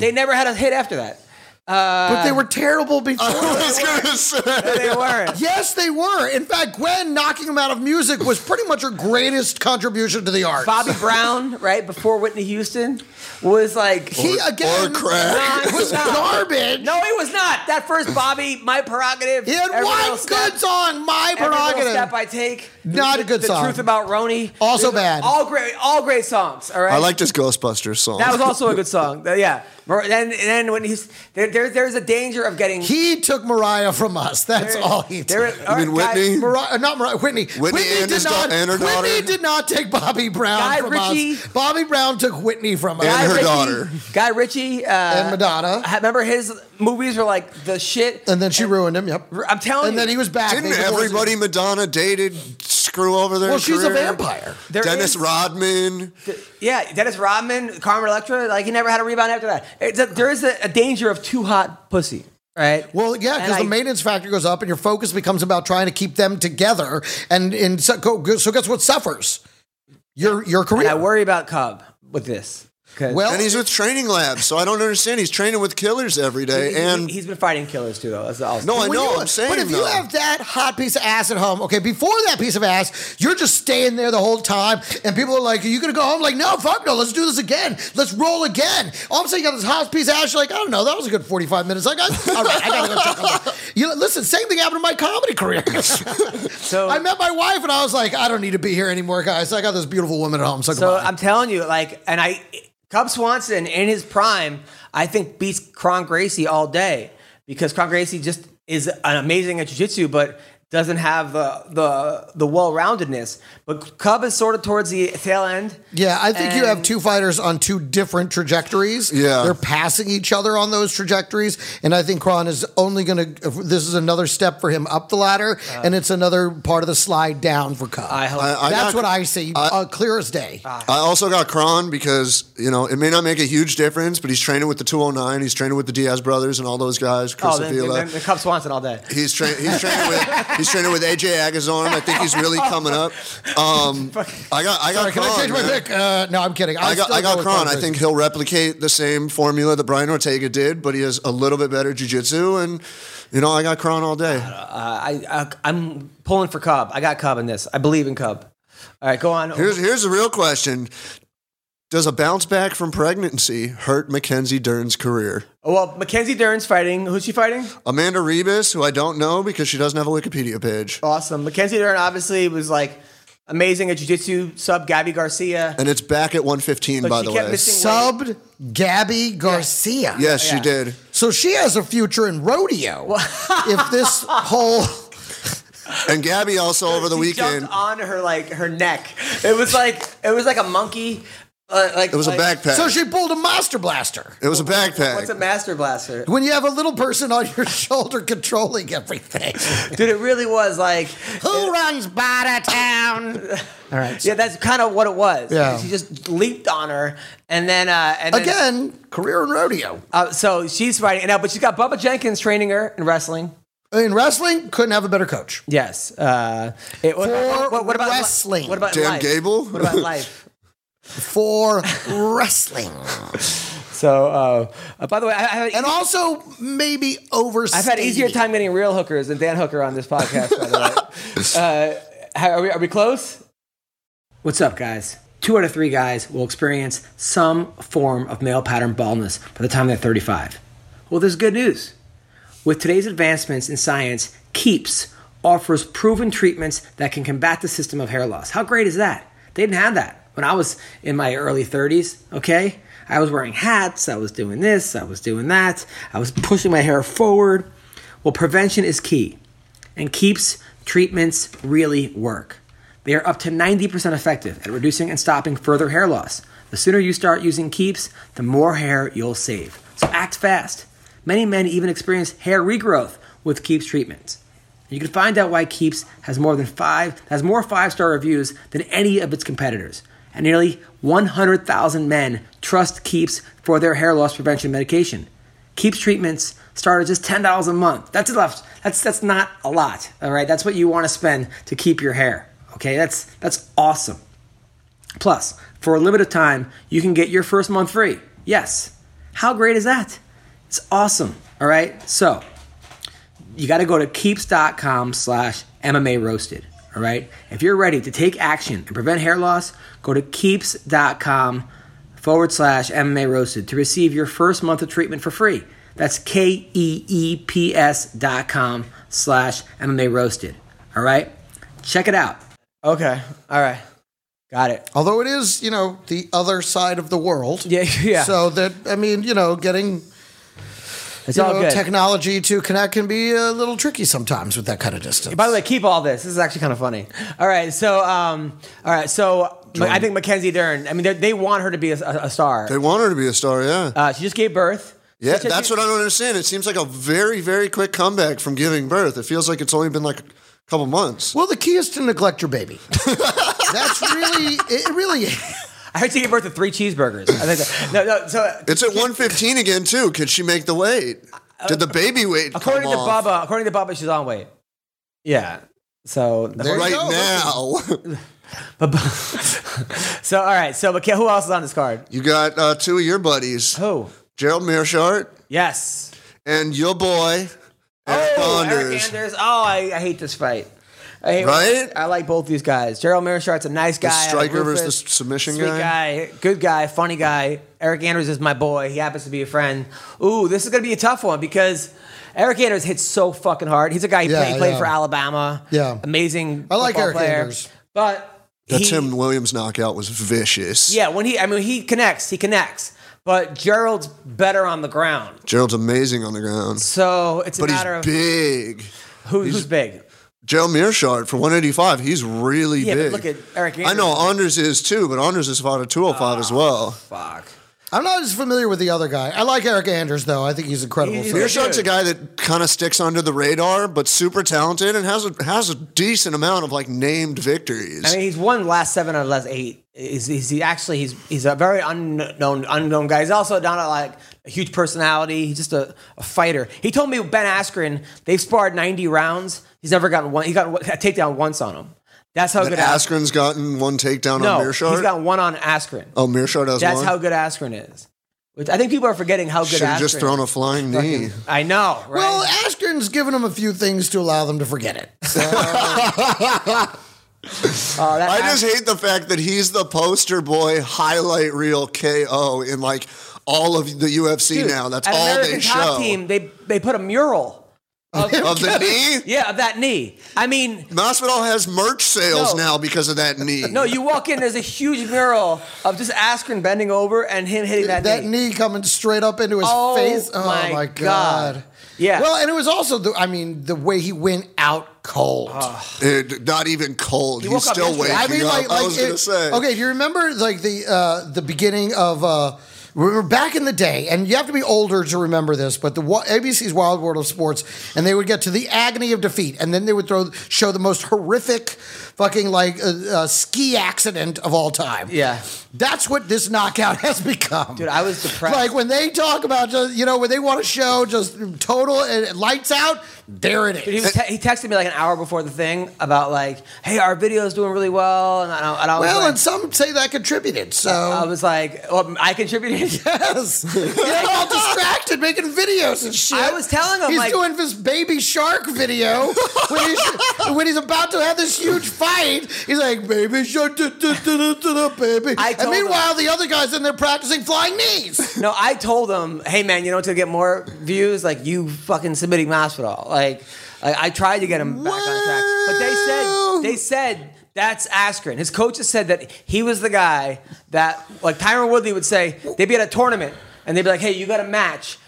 Speaker 3: They never had a hit after that.
Speaker 4: but
Speaker 3: Uh,
Speaker 4: they were terrible before.
Speaker 5: I was gonna say.
Speaker 3: They were.
Speaker 4: yes, they were. In fact, Gwen knocking them out of music was pretty much her greatest contribution to the arts.
Speaker 3: Bobby Brown, right before Whitney Houston, was like
Speaker 4: he again
Speaker 5: or crack.
Speaker 3: No, he was
Speaker 4: was
Speaker 3: not.
Speaker 4: garbage.
Speaker 3: No, he was not. That first Bobby, my prerogative.
Speaker 4: He had
Speaker 3: Every
Speaker 4: one
Speaker 3: Little
Speaker 4: good
Speaker 3: Step,
Speaker 4: song, My
Speaker 3: Every Little
Speaker 4: Prerogative.
Speaker 3: Step I take.
Speaker 4: Not
Speaker 3: The-
Speaker 4: a good
Speaker 3: the
Speaker 4: song.
Speaker 3: truth about Roni.
Speaker 4: Also
Speaker 3: These are
Speaker 4: bad.
Speaker 3: All great, all great songs. All right.
Speaker 5: I like this Ghostbusters song.
Speaker 3: That was also a good song. Uh, Yeah. Mer- Then, and then when he's there, there, there's a danger of getting.
Speaker 4: He took Mariah from us. That's all he
Speaker 3: there,
Speaker 4: did.
Speaker 3: all
Speaker 5: You mean
Speaker 3: guys,
Speaker 5: Whitney?
Speaker 4: Mariah, not Mariah, Whitney.
Speaker 5: Whitney and
Speaker 4: did
Speaker 5: his
Speaker 4: not.
Speaker 5: da- and her
Speaker 4: Whitney
Speaker 5: daughter.
Speaker 4: did not take Bobby Brown
Speaker 3: Guy
Speaker 4: from
Speaker 3: Ritchie.
Speaker 4: us. Bobby Brown took Whitney from us.
Speaker 5: And
Speaker 3: Guy
Speaker 5: her
Speaker 3: Ritchie-
Speaker 5: daughter.
Speaker 3: Guy Ritchie. Uh,
Speaker 4: And Madonna.
Speaker 3: I remember his movies were like the shit.
Speaker 4: And then she ruined him. Yep.
Speaker 3: I'm telling
Speaker 4: And
Speaker 3: you.
Speaker 4: then he was back. They
Speaker 5: Didn't
Speaker 4: divorced him.
Speaker 5: everybody Madonna dated screw over their
Speaker 4: Well, she's a
Speaker 5: career?
Speaker 4: vampire.
Speaker 3: There
Speaker 5: Dennis
Speaker 3: is-
Speaker 5: Rodman.
Speaker 3: Yeah, Dennis Rodman, Carmen Electra, like he never had a rebound after that. It's a, there is a, a danger of too hot pussy, right?
Speaker 4: Well, yeah,
Speaker 3: And
Speaker 4: because the
Speaker 3: I-
Speaker 4: maintenance factor goes up, and your focus becomes about trying to keep them together. And, and so, go- so guess what suffers? Your your
Speaker 3: and
Speaker 4: career.
Speaker 3: I worry about Cub with this. 'cause
Speaker 4: well,
Speaker 5: And he's with Training Labs, so I don't understand. He's training with killers every day.
Speaker 3: he,
Speaker 5: and
Speaker 3: has been fighting killers too, though. That's also,
Speaker 5: no, I
Speaker 4: when
Speaker 5: know.
Speaker 4: you-
Speaker 5: I'm saying
Speaker 4: But if you
Speaker 5: though.
Speaker 4: have that hot piece of ass at home, okay, before that piece of ass, you're just staying there the whole time, and people are like, "Are you gonna go home?" Like, no, fuck no, let's do this again, let's roll again. All of a sudden, you got this hot piece of ass. You're like, I don't know, that was a good 45 minutes. Like, I, all right, I gotta go check on that. You know, listen, same thing happened to my comedy career.
Speaker 3: so
Speaker 4: I met my wife, and I was like, I don't need to be here anymore, guys. I got this beautiful woman at home. So,
Speaker 3: So
Speaker 4: goodbye.
Speaker 3: I'm telling you, like, and I, Cub Swanson in his prime, I think beats Kron Gracie all day because Kron Gracie just is an amazing at jiu-jitsu, but doesn't have the the the well-roundedness. But Cub is sort of towards the tail end.
Speaker 4: Yeah, I think you
Speaker 3: And-
Speaker 4: have two fighters on two different trajectories.
Speaker 5: Yeah.
Speaker 4: They're passing each other on those trajectories. And I think Kron is only going to, this is another step for him up the ladder. and it's another part of the slide down for Cub.
Speaker 3: Uh, I hope. Ah.
Speaker 5: I- I
Speaker 4: That's
Speaker 5: got-
Speaker 4: what I see uh, clear as day.
Speaker 5: I also got Kron because you know it may not make a huge difference, but he's training with the 209. He's training with the Diaz brothers and all those guys. Chris
Speaker 3: Oh, then,
Speaker 5: Avila.
Speaker 3: then, then Cub Swanson all day.
Speaker 5: He's, tra- he's training with he's training with AJ Agazarm. I think he's really coming up. Um, I got I got
Speaker 4: Can I
Speaker 5: Kron,
Speaker 4: change my
Speaker 5: man.
Speaker 4: pick? Uh, no, I'm kidding.
Speaker 5: I got
Speaker 4: still
Speaker 5: I got
Speaker 4: with
Speaker 5: Kron. I
Speaker 4: Gracie.
Speaker 5: think he'll replicate the same formula that Brian Ortega did, but he has a little bit better jujitsu, and you know I got Kron all day.
Speaker 3: I, I I'm pulling for Cub. I got Cub in this. I believe in Cub. All right, go on.
Speaker 5: Here's here's the real question: Does a bounce back from pregnancy hurt Mackenzie Dern's career?
Speaker 3: Oh, well, Mackenzie Dern's fighting. Who's she fighting?
Speaker 5: Amanda Rebus, who I don't know because she doesn't have a Wikipedia page,
Speaker 3: Awesome. Mackenzie Dern obviously was like amazing at jiu-jitsu. Sub Gabby Garcia.
Speaker 5: and it's back at 115
Speaker 3: But
Speaker 5: by
Speaker 3: she
Speaker 5: the
Speaker 3: kept
Speaker 5: way.
Speaker 3: missing- Oh,
Speaker 4: Subbed Gabby Garcia.
Speaker 5: Yes, she
Speaker 3: Yeah.
Speaker 5: did.
Speaker 4: So she has a future in rodeo. if this whole.
Speaker 5: And Gabby also over the
Speaker 3: She
Speaker 5: weekend.
Speaker 3: jumped on her like her neck. It was like it was like a monkey. Uh, like
Speaker 5: It was a
Speaker 3: like-
Speaker 5: backpack.
Speaker 4: So she pulled a Monster Blaster.
Speaker 5: it was a backpack.
Speaker 3: What's a master blaster,
Speaker 4: When you have a little person on your shoulder controlling everything.
Speaker 3: dude? It really was like
Speaker 4: Who runs by the town? All right.
Speaker 3: yeah. That's kind of what it was.
Speaker 4: Yeah.
Speaker 3: she just leaped on her, and then uh, and then-
Speaker 4: Again, career in rodeo.
Speaker 3: uh, so she's fighting now, but she's got Bubba Jenkins training her in wrestling.
Speaker 4: In wrestling, couldn't have a better coach.
Speaker 3: Yes. Uh, it, what,
Speaker 4: For
Speaker 3: what- what about li-
Speaker 4: wrestling.
Speaker 3: What about
Speaker 5: Damn
Speaker 3: life?
Speaker 5: Gable?
Speaker 3: What about life?
Speaker 4: For wrestling.
Speaker 3: So, uh, uh, by the way, I, I have
Speaker 4: And also, maybe overstating.
Speaker 3: I've had easier time getting real hookers than Dan Hooker on this podcast. By the way, uh, how- are we are we close? What's up, guys? Two out of three guys will experience some form of male pattern baldness by the time they're 35. Well, there's good news. With today's advancements in science, Keeps offers proven treatments that can combat the system of hair loss. How great is that? They didn't have that when I was in my early 30s, okay? I was wearing hats, I was doing this, I was doing that, I was pushing my hair forward. Well, prevention is key, and Keeps treatments really work. They are up to 90% effective at reducing and stopping further hair loss. The sooner you start using Keeps, the more hair you'll save. So act fast. Many men even experience hair regrowth with Keeps treatments. You can find out why Keeps has more than five has more five star reviews than any of its competitors, and nearly 100,000 men trust Keeps for their hair loss prevention medication. Keeps treatments start at just ten dollars a month. That's enough. That's that's not a lot. All right, that's what you want to spend to keep your hair. Okay, that's that's awesome. Plus, for a limited time, you can get your first month free. Yes. How great is that?
Speaker 7: It's awesome. All right. So you got to go to keeps.com slash MMA roasted. All right. If you're ready to take action and prevent hair loss, go to keeps.com forward slash MMA roasted to receive your first month of treatment for free. That's K E E P S dot com slash MMA roasted. All right. Check it out.
Speaker 3: Okay. All right. Got it.
Speaker 4: Although it is, you know, the other side of the world.
Speaker 3: Yeah. Yeah.
Speaker 4: So that I mean, you know, getting
Speaker 3: it's
Speaker 4: you
Speaker 3: all
Speaker 4: know,
Speaker 3: good.
Speaker 4: technology to connect can be a little tricky sometimes with that kind of distance.
Speaker 3: By the way, keep all this. This is actually kind of funny. All right, so um, all right, so I think Mackenzie Dern. I mean, they- they want her to be a, a- a star.
Speaker 5: They want her to be a star, yeah.
Speaker 3: Uh, she just gave birth.
Speaker 5: yeah,
Speaker 3: Such a-
Speaker 5: that's what I don't understand. It seems like a very, very quick comeback from giving birth. It feels like it's only been like a couple months.
Speaker 4: well, the key is to neglect your baby. That's really it. Really,
Speaker 3: I heard she gave birth to three cheeseburgers. I think that, no, no. So
Speaker 5: It's at 115 again, too. Could she make the weight? Did the baby weight
Speaker 3: according
Speaker 5: come
Speaker 3: to
Speaker 5: off
Speaker 3: Bubba, according to Bubba, she's on weight. Yeah. So,
Speaker 5: right
Speaker 4: go.
Speaker 5: now?
Speaker 3: Bubba- so all right. So, Macke- who else is on this card?
Speaker 5: you got uh, two of your buddies,
Speaker 3: Who?
Speaker 5: Gerald Mearshart
Speaker 3: Yes.
Speaker 5: and your boy, Eric
Speaker 3: Oh, Eric
Speaker 5: Anders.
Speaker 3: Anders. Oh, I, I hate this fight. I hate,
Speaker 5: Right?
Speaker 3: I like both these guys. Gerald Mearshart's a nice guy.
Speaker 5: The striker versus the
Speaker 3: Rufus,
Speaker 5: submission
Speaker 3: sweet guy. good guy, funny guy. Eric Anders is my boy. He happens to be a friend. Ooh, this is gonna be a tough one because Eric Anders hits so fucking hard. He's a guy who
Speaker 4: Yeah,
Speaker 3: played, played
Speaker 4: yeah.
Speaker 3: for Alabama.
Speaker 4: Yeah.
Speaker 3: amazing.
Speaker 4: I like
Speaker 3: football
Speaker 4: Eric
Speaker 3: player.
Speaker 4: Anders.
Speaker 3: but
Speaker 5: That
Speaker 3: he-
Speaker 5: Tim Williams knockout was vicious.
Speaker 3: Yeah, when he, I mean, he connects. He connects. But Gerald's better on the ground,
Speaker 5: Gerald's amazing on the ground,
Speaker 3: so it's a
Speaker 5: but he's
Speaker 3: matter of
Speaker 5: big.
Speaker 3: who, who's big.
Speaker 5: Gerald Mearshart for 185, he's really
Speaker 3: Yeah,
Speaker 5: big.
Speaker 3: but look at Eric. Anders.
Speaker 5: I know Anders is too, but Anders has fought at 205 as
Speaker 3: Ah,
Speaker 5: well.
Speaker 3: Fuck.
Speaker 4: I'm not as familiar with the other guy. I like Eric Anders though. I think he's incredible.
Speaker 3: He's-
Speaker 4: So-
Speaker 5: Mearshart's a guy that kind of sticks under the radar, but super talented and has a has a decent amount of like named victories.
Speaker 3: I mean, he's won last seven out of the last eight. Is he's, he actually he's he's a very unknown unknown guy. He's also not like a huge personality. He's just a, a fighter. He told me with Ben Askren they've sparred ninety rounds. He's never gotten one. He got a takedown once on him. That's how
Speaker 5: that
Speaker 3: good Askren.
Speaker 5: Askren's gotten one takedown
Speaker 3: No,
Speaker 5: on Mearshart.
Speaker 3: he's got one on Askren.
Speaker 5: oh, Mearshart has
Speaker 3: That's
Speaker 5: one.
Speaker 3: how good Askren is. Which I think people are forgetting how good
Speaker 5: Should
Speaker 3: Askren.
Speaker 5: have just thrown a flying knee.
Speaker 3: is. I know. Right?
Speaker 4: well, Askren's given him a few things to allow them to forget it.
Speaker 3: Oh, that
Speaker 5: I
Speaker 3: Askren-
Speaker 5: just hate the fact that he's the poster boy highlight reel KO in like all of the UFC
Speaker 3: Dude,
Speaker 5: now. That's
Speaker 3: at
Speaker 5: all
Speaker 3: American
Speaker 5: they
Speaker 3: Top
Speaker 5: show
Speaker 3: Team, they they put a mural.
Speaker 5: of the knee.
Speaker 3: Yeah, of that knee. I mean,
Speaker 5: Masvidal has merch sales
Speaker 3: No.
Speaker 5: now because of that knee.
Speaker 3: No, you walk in, there's a huge mural of just Askren bending over and him hitting that,
Speaker 4: that, knee. coming straight up into his
Speaker 3: Oh,
Speaker 4: face. Oh
Speaker 3: my
Speaker 4: my,
Speaker 3: God.
Speaker 4: god.
Speaker 3: Yeah.
Speaker 4: Well, and it was also the I mean the way he went out cold.
Speaker 5: Dude, not even cold.
Speaker 3: woke
Speaker 5: He's
Speaker 3: up
Speaker 5: still
Speaker 3: yesterday.
Speaker 5: waking
Speaker 3: I
Speaker 5: I
Speaker 4: I mean, like,
Speaker 5: I
Speaker 4: like
Speaker 5: was
Speaker 4: it-
Speaker 5: gonna say.
Speaker 4: Okay, do you remember like the uh, the beginning of? Uh, we were back in the day, and you have to be older to remember this. But the wa- ABC's Wild World of Sports, and they would get to the agony of defeat, and then they would throw show the most horrific, fucking like uh, uh, ski accident of all time.
Speaker 3: Yeah.
Speaker 4: that's what this knockout has become.
Speaker 3: Dude, I was depressed.
Speaker 4: Like when they talk about just you know when they want to show just total and lights out, there it is.
Speaker 3: He, was te- he texted me like an hour before the thing about like, hey, our video is doing really well, and I, and I was
Speaker 4: well,
Speaker 3: like,
Speaker 4: and some say that contributed. So
Speaker 3: I was like, oh, I contributed.
Speaker 4: Yes. You're all distracted making videos and shit.
Speaker 3: I was telling him,
Speaker 4: he's
Speaker 3: like-
Speaker 4: doing this baby shark video when he's, when he's about to have this huge fight. He's like, baby shark, da, da, da, da, da, da, baby.
Speaker 3: I
Speaker 4: and
Speaker 3: told
Speaker 4: meanwhile, the other guy's in there practicing flying knees.
Speaker 3: no, I told him, hey man, you know to get more views, like you fucking submitting Masvidal. Like, like I tried to get him back on track, but they said
Speaker 4: Well-
Speaker 3: they said that's Askren. His coaches said that he was the guy that like Tyron Woodley would say they'd be at a tournament and they'd be like, hey, you got a match.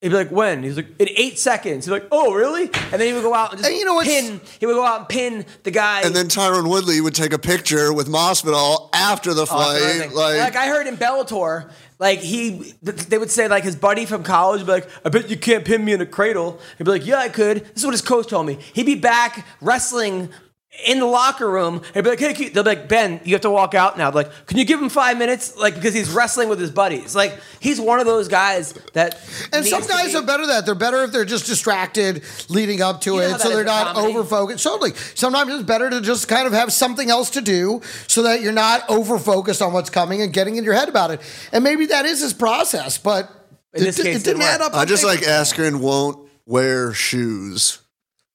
Speaker 3: He'd be like, when? He's like, in eight seconds. He's like, oh, really? And then he would go out and just
Speaker 4: And you know what's-
Speaker 3: pin. He would go out and pin the guy.
Speaker 5: and then Tyron Woodley would take a picture with Masvidal after the
Speaker 3: off and
Speaker 5: fight.
Speaker 3: everything.
Speaker 5: like,
Speaker 3: I heard in Bellator, like he, th- they would say like his buddy from college, would be like, I bet you can't pin me in a cradle. He'd be like, Yeah, I could. This is what his coach told me. He'd be back wrestling in the locker room. He'd be like, Hey, can you-" they'll be like, Ben, you have to walk out now. They're like, can you give him five minutes? Like because he's wrestling with his buddies. Like he's one of those guys that.
Speaker 4: And
Speaker 3: needs
Speaker 4: some
Speaker 3: to
Speaker 4: guys
Speaker 3: be-
Speaker 4: are better that. They're better if they're just distracted leading up to
Speaker 3: You know how
Speaker 4: it,
Speaker 3: that
Speaker 4: so
Speaker 3: is
Speaker 4: they're
Speaker 3: with
Speaker 4: not
Speaker 3: comedy.
Speaker 4: over focused. Totally. Sometimes it's better to just kind of have something else to do so that you're not over focused on what's coming and getting in your head about it. And maybe that is his process, but
Speaker 3: In this
Speaker 4: it,
Speaker 3: case,
Speaker 4: it didn't add up.
Speaker 5: I
Speaker 4: on
Speaker 5: just
Speaker 4: paper.
Speaker 5: like Askren won't wear shoes.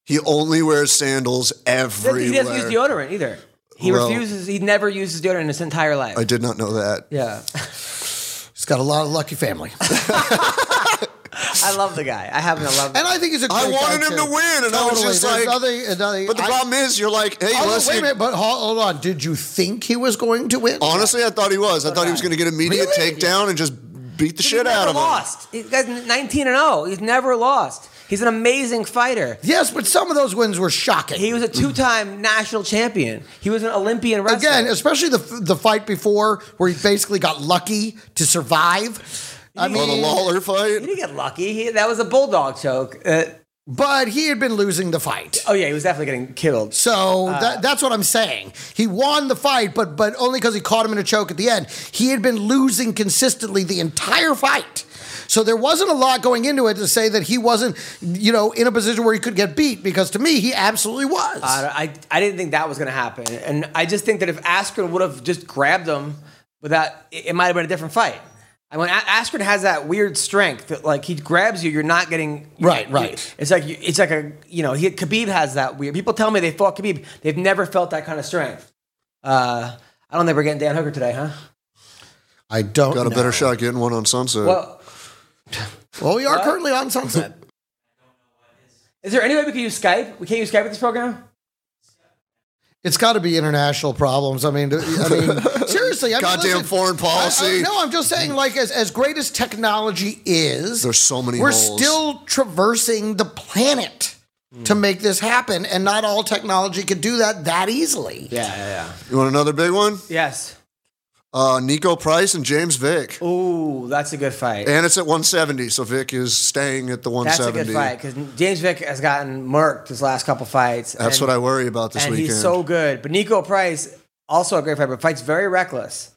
Speaker 5: He only wears sandals everywhere.
Speaker 3: He doesn't use deodorant either. He
Speaker 5: Well-
Speaker 3: refuses. He never uses deodorant in his entire life.
Speaker 5: I did not know that.
Speaker 3: yeah,
Speaker 4: He's got a lot of lucky family, and
Speaker 3: I love the guy. I happen to love. him.
Speaker 4: I think he's a.
Speaker 5: I
Speaker 4: great guy,
Speaker 5: wanted him
Speaker 4: too.
Speaker 5: to win, and I was just
Speaker 4: There's
Speaker 5: like-
Speaker 4: nothing, uh, nothing-
Speaker 5: But the
Speaker 4: I-
Speaker 5: problem is, you're like, hey,
Speaker 4: Oh,
Speaker 5: listen.
Speaker 4: wait a minute, but hol- hold on. Did you think he was going to win?
Speaker 5: Honestly, I thought he was. I thought he was going to get immediate
Speaker 4: Really?
Speaker 5: takedown and just beat the
Speaker 3: He's
Speaker 5: shit
Speaker 3: never
Speaker 5: out of him.
Speaker 3: lost. This guy's 19 and 0. He's never lost. He's an amazing fighter.
Speaker 4: Yes, but some of those wins were shocking.
Speaker 3: He was
Speaker 5: Mm.
Speaker 3: a two-time national champion. He was an Olympian wrestler.
Speaker 4: Again, especially the the fight before where he basically got lucky to survive. I
Speaker 5: Or the
Speaker 4: mean,
Speaker 5: Lawler
Speaker 3: he
Speaker 5: fight.
Speaker 3: didn't get lucky. He, that was a bulldog choke. Uh,
Speaker 4: but he had been losing the fight.
Speaker 3: oh yeah, he was definitely getting killed.
Speaker 4: So
Speaker 5: Uh.
Speaker 4: that, that's what I'm saying. He won the fight, but but only because he caught him in a choke at the end. He had been losing consistently the entire fight. So there wasn't a lot going into it to say that he wasn't, you know, in a position where he could get beat. Because to me, he absolutely was.
Speaker 3: I, I didn't think that was going to happen, and I just think that if Askren would have just grabbed him, without it, it might have been a different fight. And when A- Askren has that weird strength that like he grabs you, you're not getting
Speaker 4: Right,
Speaker 3: you-
Speaker 4: right.
Speaker 3: It's like you, it's like a you know he, Khabib has that weird. People tell me they fought Khabib, they've never felt that kind of strength. Uh, I don't think we're getting Dan Hooker today, huh?
Speaker 4: I don't
Speaker 5: Got a
Speaker 4: know.
Speaker 5: better shot getting one on Sunset.
Speaker 3: Well,
Speaker 4: Well, we are currently on sunset.
Speaker 3: is there any way we can use Skype? We can't use Skype with this program.
Speaker 4: It's got to be international problems. I mean, do- I mean, seriously. I mean,
Speaker 5: Goddamn
Speaker 4: listen,
Speaker 5: foreign
Speaker 4: I- I-
Speaker 5: policy.
Speaker 4: no, I'm just saying, like, as, as great as technology is,
Speaker 5: There's so many
Speaker 4: We're
Speaker 5: holes. Hmm.
Speaker 4: still traversing the planet to make this happen, and not all technology could do that that easily.
Speaker 3: Yeah, yeah, yeah.
Speaker 5: you want another big one?
Speaker 3: Yes.
Speaker 5: Uh, Nico Price and James Vick.
Speaker 3: Ooh, that's a good fight.
Speaker 5: And it's at 170, so Vick is staying at the
Speaker 3: That's
Speaker 5: 170.
Speaker 3: a good fight because James Vick has gotten murked his last couple fights.
Speaker 5: That's what I worry about this
Speaker 3: and
Speaker 5: weekend.
Speaker 3: he's so good. But Nico Price, also a great fighter, but fights very reckless.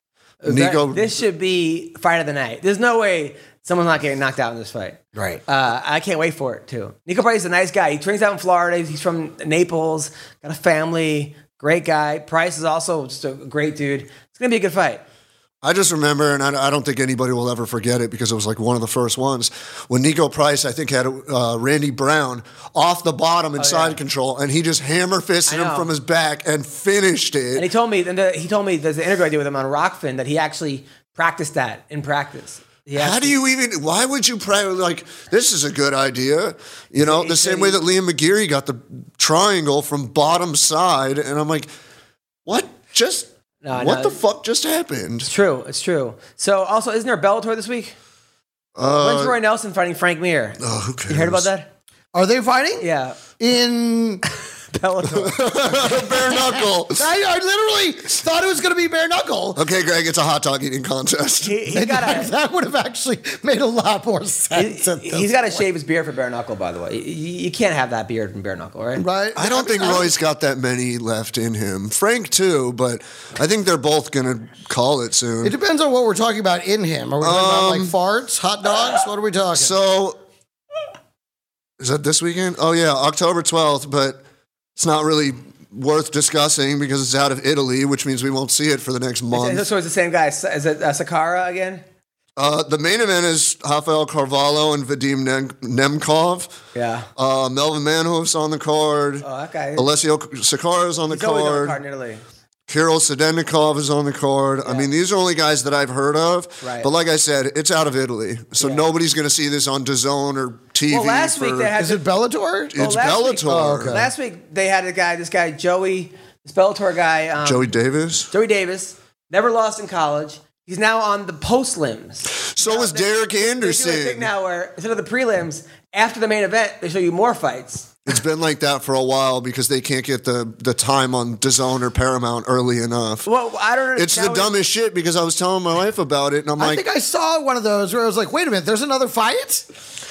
Speaker 5: Nico-
Speaker 3: this should be fight of the night. There's no way someone's not getting knocked out in this fight.
Speaker 4: Right.
Speaker 3: Uh, I can't wait for it too. Nico Price is a nice guy. He trains out in Florida. He's from Naples. Got a family. Great guy. Price is also just a great dude. It's gonna be a good fight.
Speaker 5: I just remember, and I, I don't think anybody will ever forget it because it was like one of the first ones when Nico Price, I think, had uh, Randy Brown off the bottom and side control, and he just hammer fisted
Speaker 3: Oh, know.
Speaker 5: him from his back and finished
Speaker 3: And he
Speaker 5: it.
Speaker 3: told me, and the, he told me there's an interview I did with him on Rockfin that he actually practiced that in practice. He
Speaker 5: How
Speaker 3: actually-
Speaker 5: do you even? Why would you pray? Like this is a good idea, you know. The same way that Liam McGeary got the triangle from bottom side, and I'm like, what? Just
Speaker 3: No,
Speaker 5: what
Speaker 3: no.
Speaker 5: the fuck just happened?
Speaker 3: It's true. It's true. So, also, isn't there a Bellator this week? When's Roy Nelson fighting Frank Mir?
Speaker 5: Uh, Oh, who cares?
Speaker 3: you heard about that?
Speaker 4: Are they fighting?
Speaker 3: Yeah,
Speaker 4: In
Speaker 3: Bellator.
Speaker 5: Mm, Bare knuckle.
Speaker 4: I, I literally thought it was going to be bare knuckle.
Speaker 5: Okay, Greg, it's a hot dog eating contest.
Speaker 3: he, he got a.
Speaker 4: that would have actually made a lot more sense. at this
Speaker 3: He's got to
Speaker 4: point.
Speaker 3: shave his beard for bare knuckle, by the way. You, you can't have that beard from bare knuckle, right?
Speaker 4: Right.
Speaker 5: I don't think Roy's got that many left in him. Frank too, but I think they're both gonna call it
Speaker 4: It
Speaker 5: soon.
Speaker 4: depends on what we're talking about in him. Are we
Speaker 5: Um,
Speaker 4: talking about like farts, hot dogs? What are we talking?
Speaker 5: So is that this weekend? Oh yeah, October twelfth, but it's not really worth discussing because it's out of Italy, which means we won't see it for the next month.
Speaker 3: So it's the same guy. Is it uh, Sakara again?
Speaker 5: Uh, the main event is Rafael Carvalho and Vadim Nem- Nemkov.
Speaker 3: Yeah.
Speaker 5: Uh, Melvin Manhoef's on the card.
Speaker 3: Oh, that guy.
Speaker 5: Alessio Sakara's on the
Speaker 3: He's always on the
Speaker 5: card.
Speaker 3: card in Italy.
Speaker 5: Kirill Sedenikov is on the card. I mean, these are only guys that I've heard of.
Speaker 3: Right.
Speaker 5: But like I said, it's out of Italy, so nobody's going to see this on DAZN or TV.
Speaker 3: Well, last
Speaker 5: for-
Speaker 3: week they had
Speaker 4: Is it Bellator?
Speaker 5: it's
Speaker 3: last week-
Speaker 5: Bellator.
Speaker 4: Oh, okay.
Speaker 3: last week they had a guy. This guy Joey, this Bellator guy. Um,
Speaker 5: Joey Davis.
Speaker 3: Joey Davis never lost in college. He's now on the post limbs.
Speaker 5: So was Derek
Speaker 3: They do a
Speaker 5: Anderson.
Speaker 3: thing now where instead of the prelims, after the main event, they show you more fights.
Speaker 5: It's been like that for a while because they can't get the the time on DAZN or Paramount early enough.
Speaker 3: Well, I don't know.
Speaker 5: it's the
Speaker 3: now
Speaker 5: dumbest shit because I was telling my wife about it, and I'm
Speaker 4: I
Speaker 5: like,
Speaker 4: think I saw one of those where I was like, "Wait a minute, there's another fight."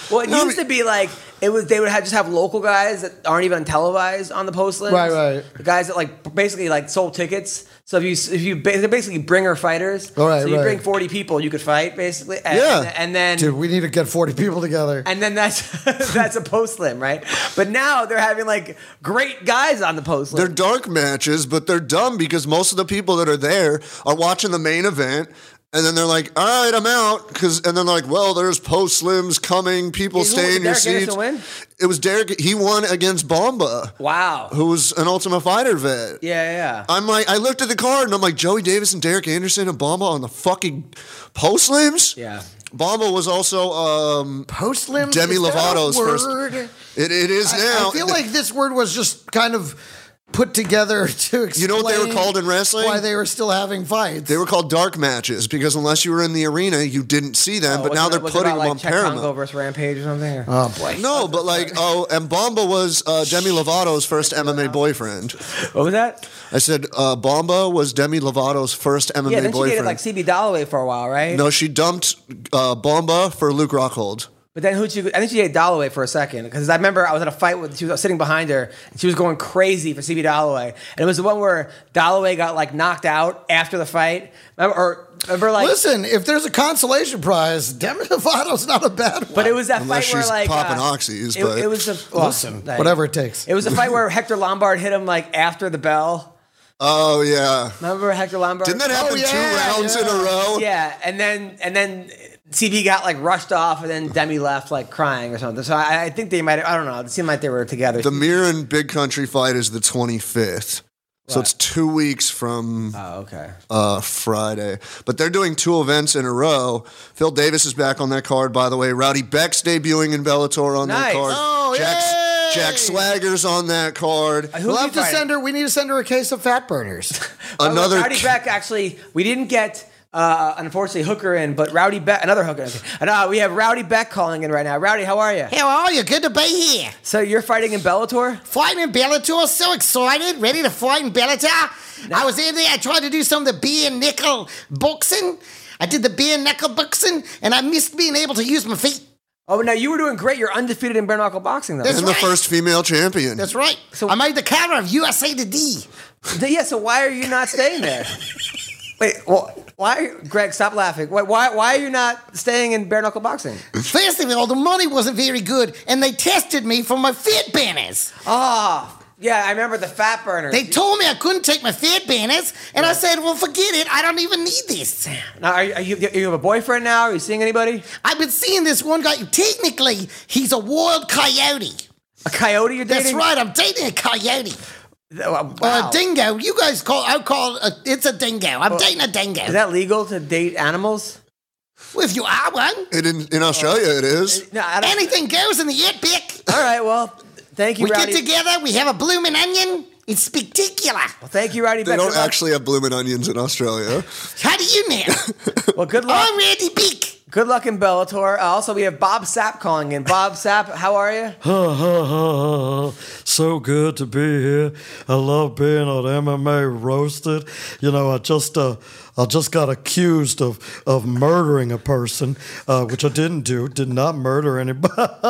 Speaker 3: Well, it
Speaker 5: No,
Speaker 3: used
Speaker 5: but-
Speaker 3: to be like it was. They would have, just have local guys that aren't even televised on the post limbs.
Speaker 4: Right, right.
Speaker 3: The guys that like basically like sold tickets. So if you if you ba- they're basically bringer fighters.
Speaker 4: All right,
Speaker 3: so you
Speaker 4: right.
Speaker 3: bring forty people, you could fight basically. And,
Speaker 5: Yeah.
Speaker 3: and then.
Speaker 4: Dude, we need to get 40 people together.
Speaker 3: and then that's that's a post limb, right? But now they're having like great guys on the post
Speaker 5: They're
Speaker 3: limb.
Speaker 5: dark matches, but they're dumb because most of the people that are there are watching the main event And then they're like, "All right, I'm out." Cause, and then they're like, "Well, there's post slims coming. People
Speaker 3: Who-
Speaker 5: stay
Speaker 3: did
Speaker 5: in your
Speaker 3: Derek Anderson
Speaker 5: seats."
Speaker 3: win?
Speaker 5: It was Derek. He won against Bomba,
Speaker 3: Wow.
Speaker 5: who was an Ultimate Fighter vet.
Speaker 3: Yeah, yeah.
Speaker 5: I'm like, I looked at the card and I'm like, Joey Davis and Derek Anderson and Bomba on the fucking post limbs.
Speaker 3: Yeah.
Speaker 5: Bomba was also um,
Speaker 4: Post limb.
Speaker 5: Demi
Speaker 4: is that a
Speaker 5: Lovato's first-
Speaker 4: word?
Speaker 5: It, it is now.
Speaker 4: I, I feel like this word was just kind of put together to explain.
Speaker 5: You know what they were called in wrestling?
Speaker 4: Why they were still having fights?
Speaker 5: they were called dark matches because unless you were in the arena, you didn't see them. but now they're putting them on Paramount.
Speaker 3: Congo versus Rampage or something. or-
Speaker 4: Oh boy.
Speaker 5: No, but like, oh, and Bomba was uh, Demi Lovato's first MMA boyfriend.
Speaker 3: What was that?
Speaker 5: I said uh, Bomba was Demi Lovato's first MMA
Speaker 3: Yeah, then she dated
Speaker 5: boyfriend.
Speaker 3: like CB Dalloway for a while, right?
Speaker 5: no, she dumped uh, Bomba for Luke Rockhold.
Speaker 3: But then who she? I think she dated Dalloway for a second because I remember I was at a fight with. She was sitting behind her and she was going crazy for CB Dalloway, and it was the one where Dalloway got like knocked out after the fight. Remember, or remember like.
Speaker 4: Listen, if there's a consolation prize, Demi Lovato's not a bad one.
Speaker 3: But it was that
Speaker 5: Unless
Speaker 3: fight where
Speaker 5: she's
Speaker 3: like
Speaker 5: popping
Speaker 3: uh,
Speaker 5: oxys,
Speaker 3: It,
Speaker 5: but-
Speaker 3: it was a well,
Speaker 4: Listen,
Speaker 3: like,
Speaker 4: whatever it takes.
Speaker 3: It was a fight where Hector Lombard hit him like after the bell.
Speaker 5: Oh yeah,
Speaker 3: Remember Hector Lombard? Oh,
Speaker 5: didn't that happen
Speaker 4: yeah,
Speaker 5: two rounds in a row?
Speaker 3: Yeah, and then and then CB got like rushed off, and then Demi left like crying or something. So I, I think they might. I don't know. It seemed like they were together.
Speaker 5: The Mir and Big Country fight is the 25th. So it's two weeks from
Speaker 3: oh, okay.
Speaker 5: uh, Friday. But they're doing two events in a row. Phil Davis is back on that card, by the way. Rowdy Beck's debuting in Bellator on
Speaker 3: Nice.
Speaker 5: that card.
Speaker 4: Oh, yay!
Speaker 5: Jack, Jack Swagger's on that card.
Speaker 3: Who
Speaker 4: We'll
Speaker 3: did
Speaker 4: have
Speaker 3: he
Speaker 4: to
Speaker 3: fight?
Speaker 4: send her. We need to send her a case of fat burners.
Speaker 3: Oh,
Speaker 5: Another
Speaker 3: Rowdy Beck. Actually, we didn't get. Uh, unfortunately, Hooker in, but Rowdy Beck, another Hooker. And uh, we have Rowdy Beck calling in right now. Rowdy, how are you?
Speaker 4: How are you? Good to be here.
Speaker 3: So you're fighting in Bellator?
Speaker 4: Fighting in Bellator, so excited, ready to fight in Bellator. I was in there, I tried to do some of the bare knuckle boxing. I did the bare knuckle boxing, and I missed being able to use my feet.
Speaker 3: Oh, no, you were doing great. You're undefeated in bare knuckle boxing, though.
Speaker 4: That's
Speaker 5: and the
Speaker 4: right.
Speaker 5: first female champion.
Speaker 4: That's right.
Speaker 3: So-
Speaker 4: I made the cover of USA Today.
Speaker 3: yeah, so why are you not staying there? Wait, well, why, Greg, stop laughing. Why, why, why are you not staying in bare knuckle boxing?
Speaker 4: First of all, the money wasn't very good, and they tested me for my fit banners.
Speaker 3: Oh, yeah, I remember the fat burner.
Speaker 4: They told me I couldn't take my fit banners, and I said, well, forget it. I don't even need this.
Speaker 3: now, are you, are you, you have a boyfriend now? Are you seeing anybody?
Speaker 4: I've been seeing this one guy. Technically, he's a wild coyote.
Speaker 3: A coyote you're
Speaker 4: That's
Speaker 3: dating?
Speaker 4: right. I'm dating a coyote
Speaker 3: Wow.
Speaker 4: or a dingo. You guys call. I call. A, it's a dingo. I'm dating a dingo.
Speaker 3: Is that legal to date animals?
Speaker 4: Well, if you are one,
Speaker 5: And in, in Australia, it is.
Speaker 3: No, I don't.
Speaker 4: anything goes in the Epic.
Speaker 3: All right, well, thank you,
Speaker 4: We
Speaker 3: Rowdy.
Speaker 4: get together. We have a blooming onion. It's spectacular.
Speaker 3: Thank you, Rowdy.
Speaker 5: They
Speaker 3: Beck.
Speaker 5: don't
Speaker 3: Good luck.
Speaker 5: actually have bloomin' onions in Australia.
Speaker 4: How do you know?
Speaker 3: Well, good luck.
Speaker 4: I'm Randy Beak.
Speaker 3: Good luck in Bellator. Uh, also, we have Bob Sapp calling in. Bob Sapp, how are you?
Speaker 8: so good to be here. I love being on MMA Roasted. You know, I just uh, I just got accused of of murdering a person, uh, which I didn't do. Did not murder anybody.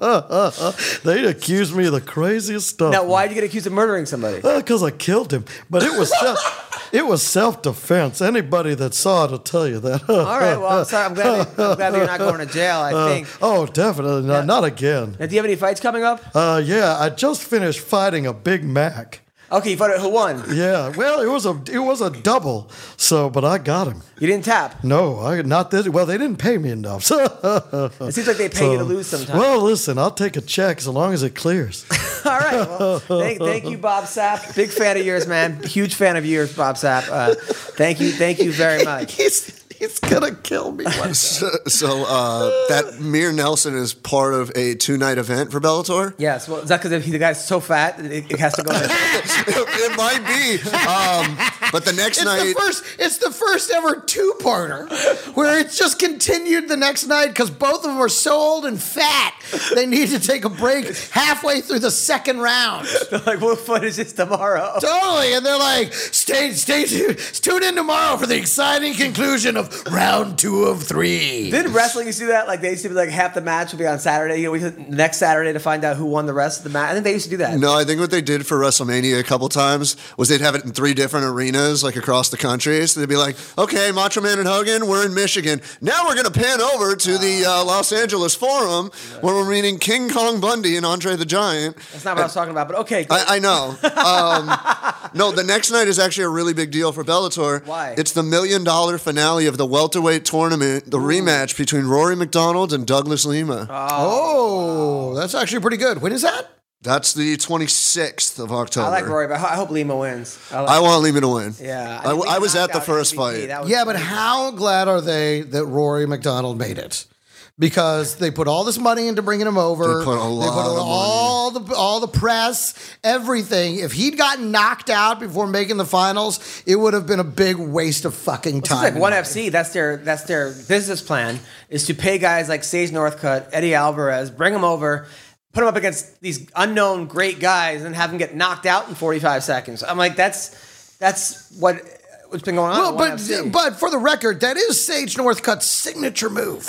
Speaker 8: they accused me of the craziest stuff.
Speaker 3: Now, why'd you get accused of murdering somebody?
Speaker 8: Because I killed him, but it was self, it was self defense. Anybody that saw it will tell you that.
Speaker 3: All right, well, I'm sorry. I'm glad, that, I'm glad that you're not going to jail, I think.
Speaker 8: oh, definitely not, not again.
Speaker 3: Now, do you have any fights coming up?
Speaker 8: Uh, yeah, I just finished fighting a Big Mac.
Speaker 3: Okay, you fought it. Who won?
Speaker 8: Yeah, well, it was a it was a double. So, but I got him.
Speaker 3: You didn't tap.
Speaker 8: No, I not this. Well, they didn't pay me enough. So,
Speaker 3: It seems like they pay you to lose sometimes.
Speaker 8: well, listen, I'll take a check so long as it clears.
Speaker 3: All right. Well, thank, thank you, Bob Sapp. Big fan of yours, man. Huge fan of yours, Bob Sapp. Uh, thank you. Thank you very much.
Speaker 4: He's he's gonna kill me.
Speaker 5: so so, uh, that Mir Nelson is part of a two night event for Bellator.
Speaker 3: Yes. Well, is that because the guy's so fat that it, it has to go? in?
Speaker 5: it might be. Um, but the next
Speaker 4: It's
Speaker 5: night,
Speaker 4: the first. It's the first ever two-parter where it's just continued the next night because both of them are so old and fat they need to take a break halfway through the second round.
Speaker 3: like, what fun is this tomorrow?
Speaker 4: Totally, and they're like, "Stay, stay tuned, tune in tomorrow for the exciting conclusion of round two of three.
Speaker 3: Did wrestling used to do that? Like they used to be like half the match would be on Saturday. You know, we took the next Saturday to find out who won the rest of the match. I think they used to do that.
Speaker 5: no, I think what they did for WrestleMania a couple times was they'd have it in three different arenas like across the country. So they'd be like, okay, Macho Man and Hogan, we're in Michigan. Now we're going to pan over to the uh, Los Angeles Forum where we're meeting King Kong Bundy and Andre the Giant.
Speaker 3: That's not what I was talking about, but okay.
Speaker 5: I, I know. Um, no, the next night is actually a really big deal for Bellator.
Speaker 3: Why?
Speaker 5: It's the million dollar finale of the welterweight tournament, the rematch between Rory McDonald and Douglas Lima.
Speaker 8: Oh, that's actually pretty good. When is that?
Speaker 5: That's the 26th of October.
Speaker 3: I like Rory, but I hope Lima wins. like-
Speaker 5: I want Lima to win.
Speaker 3: Yeah,
Speaker 5: I,
Speaker 3: think we
Speaker 5: I was
Speaker 3: knocked
Speaker 5: at the
Speaker 3: out
Speaker 5: first
Speaker 3: MVP.
Speaker 5: fight.
Speaker 3: That was-
Speaker 8: Yeah, but how glad are they that Rory McDonald made it? Because they put all this money into bringing him over.
Speaker 5: They put a lot of money.
Speaker 8: all the all the press, everything. If he'd gotten knocked out before making the finals, it would have been a big waste of fucking
Speaker 3: It's
Speaker 8: time.
Speaker 3: like ONE FC. That's their that's their business plan is to pay guys like Sage Northcutt, Eddie Alvarez, bring them over, put them up against these unknown great guys, and have them get knocked out in 45 seconds. I'm like, that's that's what what's been going on.
Speaker 8: Well,
Speaker 3: at
Speaker 8: but
Speaker 3: 1FC.
Speaker 8: but for the record, that is Sage Northcutt's signature move: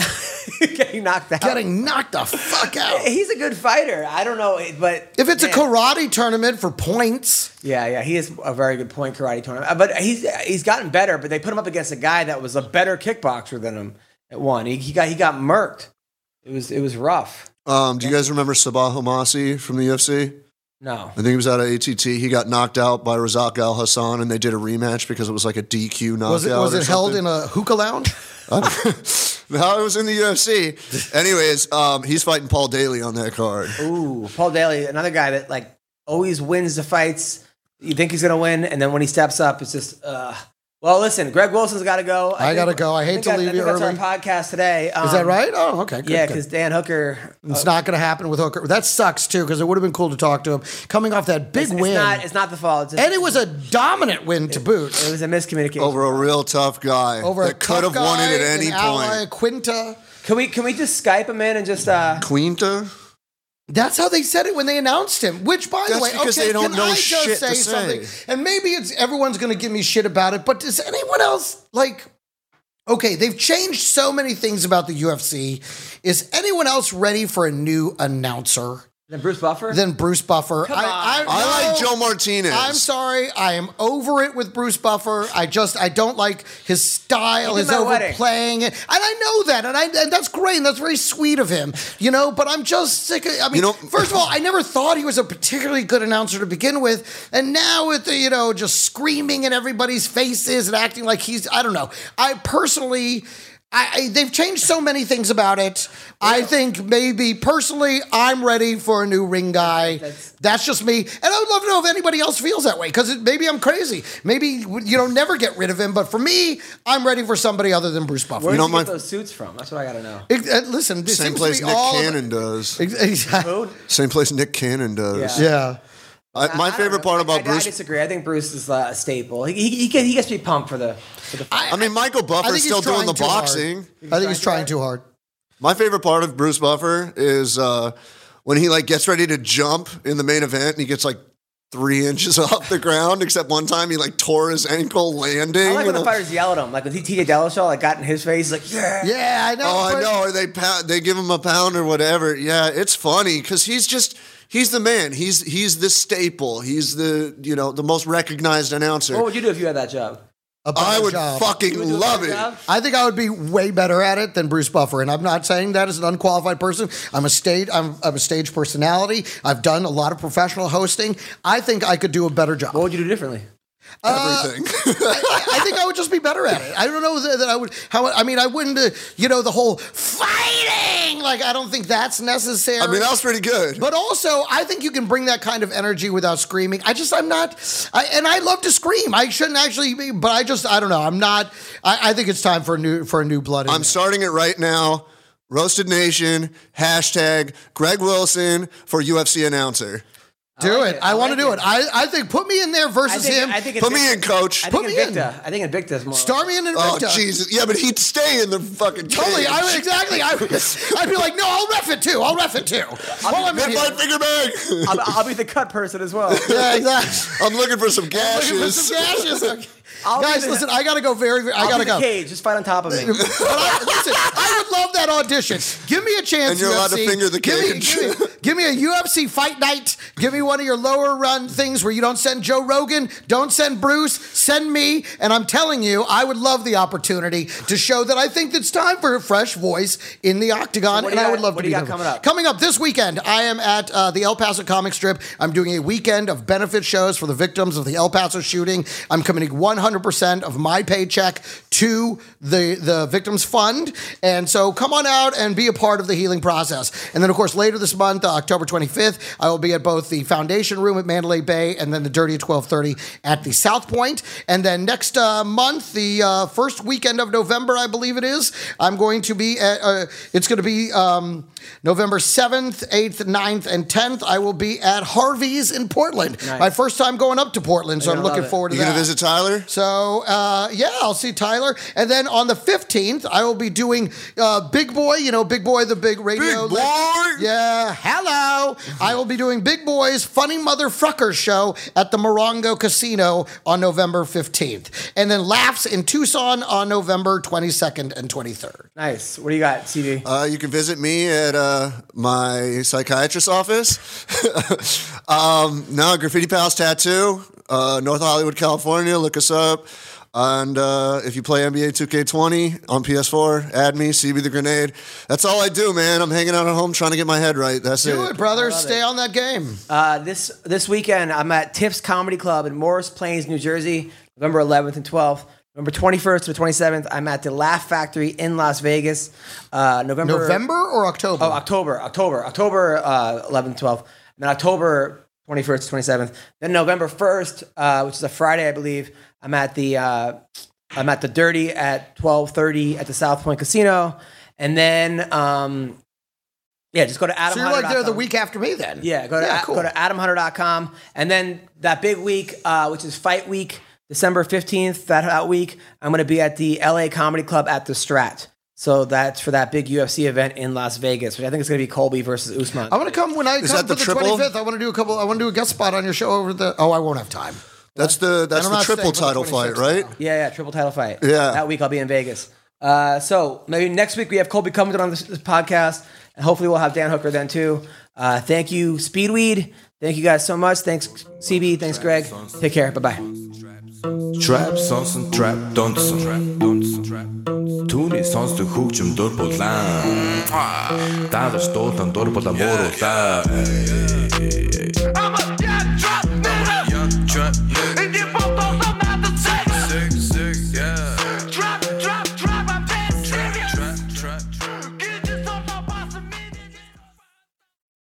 Speaker 3: getting knocked out.
Speaker 8: getting knocked the fuck out.
Speaker 3: He's a good fighter. I don't know, but
Speaker 8: If it's a
Speaker 3: man.
Speaker 8: karate tournament for points,
Speaker 3: yeah, yeah, he is a very good point karate tournament. Uh, But he's he's gotten better. But they put him up against a guy that was a better kickboxer than him at one. He, he got he got murked. It was it was rough.
Speaker 5: Um, do you guys remember Sabah Hamasi from the UFC?
Speaker 3: No,
Speaker 5: I think he was out of ATT. He got knocked out by Razak Al Hassan, and they did a rematch because it was like a DQ knockout.
Speaker 8: was it was
Speaker 5: Uh, or
Speaker 8: it held
Speaker 5: something.
Speaker 8: in a hookah lounge?
Speaker 5: no, it was in the UFC. Anyways, um, he's fighting Paul Daly on that card.
Speaker 3: Ooh, Paul Daly, another guy that like always wins the fights. You think he's gonna win, and then when he steps up, it's just. uh Well, listen, Greg Wilson's got to go.
Speaker 8: I gotta go. I
Speaker 3: think
Speaker 8: hate to leave
Speaker 3: I
Speaker 8: you
Speaker 3: think that's
Speaker 8: early.
Speaker 3: Our podcast today. Um,
Speaker 8: Is
Speaker 5: Um,
Speaker 8: that right? Oh, okay. Good,
Speaker 3: yeah,
Speaker 8: good.
Speaker 3: because Dan Hooker.
Speaker 8: It's not going to happen with Hooker. That sucks too, because it would have been cool to talk to him coming off that big
Speaker 3: It's,
Speaker 8: win,
Speaker 3: it's not. It's not the fault. It's just-
Speaker 8: and it was a dominant win to boot
Speaker 3: It was a miscommunication.
Speaker 5: Over a real tough guy
Speaker 8: over a
Speaker 5: that could have won it at any
Speaker 8: Ally
Speaker 5: point.
Speaker 8: Quinta.
Speaker 3: Can we can we just Skype him in and just uh
Speaker 5: Quinta?
Speaker 8: That's how they said it when they announced him. Which, by the
Speaker 5: That's
Speaker 8: way,
Speaker 5: because
Speaker 8: okay,
Speaker 5: they don't
Speaker 8: can
Speaker 5: know
Speaker 8: I
Speaker 5: shit to
Speaker 8: just say
Speaker 5: say.
Speaker 8: something? And maybe it's everyone's going to give me shit about it, but does anyone else like? Okay, they've changed so many things about the UFC. Is anyone else ready for a new announcer
Speaker 3: then Bruce Buffer?
Speaker 8: than Bruce Buffer?
Speaker 3: Come
Speaker 8: I, I,
Speaker 3: on.
Speaker 5: I like
Speaker 8: no.
Speaker 5: Joe Martinez.
Speaker 8: I'm sorry. I am over it with Bruce Buffer. I just I don't like his style,
Speaker 3: He did
Speaker 8: his
Speaker 3: my wedding.
Speaker 8: overplaying, it. and I know that, and I and that's great, and that's very sweet of him, you know. But I'm just sick. Of, I mean,
Speaker 5: You know-
Speaker 8: first of all, I never thought he was a particularly good announcer to begin with, and now with the, you know just screaming in everybody's faces and acting like he's I don't know. I personally. I, I, they've changed so many things about it. I think maybe personally, I'm ready for a new ring guy.
Speaker 3: That's-
Speaker 8: That's just me. And I would love to know if anybody else feels that way because maybe I'm crazy. Maybe, you know, never get rid of him. But for me, I'm ready for somebody other than Bruce Buffer.
Speaker 3: Where
Speaker 5: You
Speaker 3: did
Speaker 5: don't
Speaker 3: you
Speaker 5: mind-
Speaker 3: get those suits from? That's what I gotta know.
Speaker 8: It- uh, listen, this
Speaker 5: Same
Speaker 8: seems
Speaker 5: place
Speaker 8: to
Speaker 5: Nick
Speaker 8: be all
Speaker 5: Cannon does.
Speaker 8: Ex- Exactly.
Speaker 5: Same place Nick Cannon does.
Speaker 3: Yeah.
Speaker 8: Yeah.
Speaker 5: I, my
Speaker 3: I don't
Speaker 5: favorite
Speaker 3: know.
Speaker 5: part about
Speaker 3: I, I,
Speaker 5: Bruce. I,
Speaker 3: disagree. I think Bruce is uh, a staple. He, he, he, gets, he gets to be pumped for the for the fight.
Speaker 5: mean, Michael
Speaker 8: I think
Speaker 5: Buffer's
Speaker 8: he's
Speaker 5: still doing
Speaker 8: trying
Speaker 5: the
Speaker 8: too hard.
Speaker 5: boxing.
Speaker 8: I think he's trying too hard.
Speaker 5: My favorite part of Bruce Buffer is uh, when he like gets ready to jump in the main event and he gets like three inches off the ground. Except one time he like tore his ankle landing.
Speaker 3: I like when
Speaker 5: and
Speaker 3: the
Speaker 5: I'm-
Speaker 3: fighters yell at him. Like when TJ Dillashaw like got in his face, he's like, yeah.
Speaker 8: Yeah, I know.
Speaker 5: Oh, I
Speaker 8: but-
Speaker 5: know. Or they pound, they give him a pound or whatever. Yeah, it's funny because he's just he's the man. He's he's the staple. He's the you know the most recognized announcer.
Speaker 3: What would you do if you had that job?
Speaker 8: A better
Speaker 5: I would
Speaker 8: job.
Speaker 5: fucking
Speaker 3: Oh, You would do a
Speaker 5: love
Speaker 3: better
Speaker 5: it.
Speaker 3: job?
Speaker 8: I think I would be way better at it than Bruce Buffer, and I'm not saying that as an unqualified person. I'm a stage, I'm, I'm a stage personality. I've done a lot of professional hosting. I think I could do a better job.
Speaker 3: What would you do differently?
Speaker 5: Everything.
Speaker 3: Uh,
Speaker 8: I, I think I would just be better at it. I don't know that, that I would. How I mean, I wouldn't. Uh, you know, the whole fighting. Like, I don't think that's necessary.
Speaker 5: I mean, that was pretty good.
Speaker 8: but also, I think you can bring that kind of energy without screaming. I just, I'm not, I, and I love to scream. I shouldn't actually, be, but I just, I don't know. I'm not. I, I think it's time for a new, for a new blood. in
Speaker 5: I'm
Speaker 8: there.
Speaker 5: starting it right now. Roasted Nation hashtag Greg Wilson for UFC announcer.
Speaker 8: do
Speaker 3: like
Speaker 8: it.
Speaker 3: it.
Speaker 8: I,
Speaker 3: I
Speaker 8: want
Speaker 3: like
Speaker 8: to do
Speaker 3: it.
Speaker 8: it. I, I think put me in there
Speaker 3: I
Speaker 8: versus
Speaker 3: think,
Speaker 8: him.
Speaker 3: I think
Speaker 5: Put
Speaker 3: Invicta-
Speaker 5: me in, coach.
Speaker 3: I
Speaker 8: put
Speaker 3: think
Speaker 8: me in.
Speaker 3: Invicta. I think Invicta's more.
Speaker 8: Star me in an
Speaker 5: Oh
Speaker 8: Invicta.
Speaker 5: Jesus! Yeah, but he'd stay in the fucking
Speaker 8: Totally, I would,
Speaker 5: cage.
Speaker 8: exactly. I would, I'd be like, no, I'll ref it too. I'll ref it too. While I'm
Speaker 5: Hit
Speaker 8: in here.
Speaker 5: my finger back.
Speaker 3: I'll, I'll be the cut person as well.
Speaker 8: Yeah, exactly.
Speaker 5: I'm looking for some
Speaker 8: Looking for
Speaker 5: gashes.
Speaker 8: some gashes. Okay.
Speaker 3: I'll be
Speaker 4: Guys,
Speaker 3: the-
Speaker 4: listen, I gotta go. Very, very I
Speaker 3: I'll
Speaker 4: gotta
Speaker 3: be the
Speaker 4: go.
Speaker 3: cage. Just fight on top of me.
Speaker 4: But I, listen, I would love that audition. Give me a chance.
Speaker 5: And you're allowed to
Speaker 4: UFC.
Speaker 5: finger the
Speaker 4: Give me-
Speaker 5: cage.
Speaker 4: Give me, give me a UFC fight night. Give me one of your lower run things where you don't send Joe Rogan, don't send Bruce, send me. And I'm telling you, I would love the opportunity to show that I think it's time for a fresh voice in the octagon.
Speaker 3: What do
Speaker 4: and
Speaker 3: you
Speaker 4: I
Speaker 3: got-
Speaker 4: would love
Speaker 3: what
Speaker 4: to
Speaker 3: do
Speaker 4: be
Speaker 3: you got
Speaker 4: there.
Speaker 3: coming up?
Speaker 4: Coming up this weekend, I am at uh, the El Paso Comic Strip. I'm doing a weekend of benefit shows for the victims of the El Paso shooting. I'm committing 100% of my paycheck to the the victims fund, and so come on out and be a part of the healing process. And then, of course, later this month, uh, October 25th, I will be at both the Foundation Room at Mandalay Bay and then the Dirty at 12:30 at the South Point. And then next uh, month, the uh, first weekend of November, I believe it is, I'm going to be at. Uh, it's going to be. Um, November 7th, 8th, 9th, and 10th, I will be at Harvey's in Portland. My first time going up to Portland, so I'm looking forward to
Speaker 5: You
Speaker 4: that.
Speaker 5: gonna visit Tyler?
Speaker 4: So uh, yeah, I'll see Tyler, and then on the fifteenth, I will be doing uh, Big Boy. You know, Big Boy, the big radio.
Speaker 5: Big Boy!
Speaker 4: Yeah, hello. I will be doing Big Boy's Funny Motherfucker show at the Morongo Casino on November fifteenth, and then Laughs in Tucson on November twenty second and twenty third.
Speaker 3: nice. What do you got, TV?
Speaker 5: Uh, you can visit me at uh, my psychiatrist's office. um, no, Graffiti Pals Tattoo, uh, North Hollywood, California. Look us up. And uh, if you play NBA 2K20 on PS4, add me, CB the Grenade. That's all I do, man. I'm hanging out at home trying to get my head right. That's
Speaker 4: Do it, brother. Stay on that game.
Speaker 3: Uh, this this weekend, I'm at Tiff's Comedy Club in Morris Plains, New Jersey, November 11th and 12th. November 21st to 27th, I'm at the Laugh Factory in Las Vegas. Uh, November
Speaker 4: November or October?
Speaker 3: Oh, October, October, October uh, 11th, 12th. And then October 21st, to 27th. Then November 1st, uh, which is a Friday, I believe. I'm at the uh, I'm at the Dirty at 12:30 at the South Point Casino. And then um, yeah, just go to Adam.
Speaker 4: so you're like there the
Speaker 3: Hunter.com.
Speaker 4: week after me, then?
Speaker 3: Yeah, go to
Speaker 4: yeah,
Speaker 3: a- go to adamhunter.com and then that big week uh, which is fight week, December 15th, that, that week, I'm going to be at the LA Comedy Club at the Strat. So that's for that big UFC event in Las Vegas, which I think is going to be Colby versus Usman.
Speaker 4: I want to come when I come
Speaker 5: that
Speaker 4: for
Speaker 5: the
Speaker 4: the
Speaker 5: triple?
Speaker 4: twenty fifth. I want to do a couple. I want to do a guest spot on your show over the. Oh, I won't have time.
Speaker 5: That's the that's
Speaker 4: I'm
Speaker 5: the
Speaker 4: not
Speaker 5: triple
Speaker 4: staying for the
Speaker 5: title fight,
Speaker 4: 26th
Speaker 5: right?
Speaker 4: now.
Speaker 3: yeah, yeah, triple title fight.
Speaker 5: Yeah.
Speaker 3: That week I'll be in Vegas. Uh, so maybe next week we have Colby Covington on this, this podcast, and hopefully we'll have Dan Hooker then too. Uh, thank you, Speedweed. Thank you guys so much. Thanks, CB. Thanks, Greg. Take care. Bye bye.
Speaker 1: Trap sons and trap dunce Түүний сонсдог хөгжим дур булаан Даалж дуулан дур булаан мууруулаа
Speaker 2: I'm a dead drop nigga.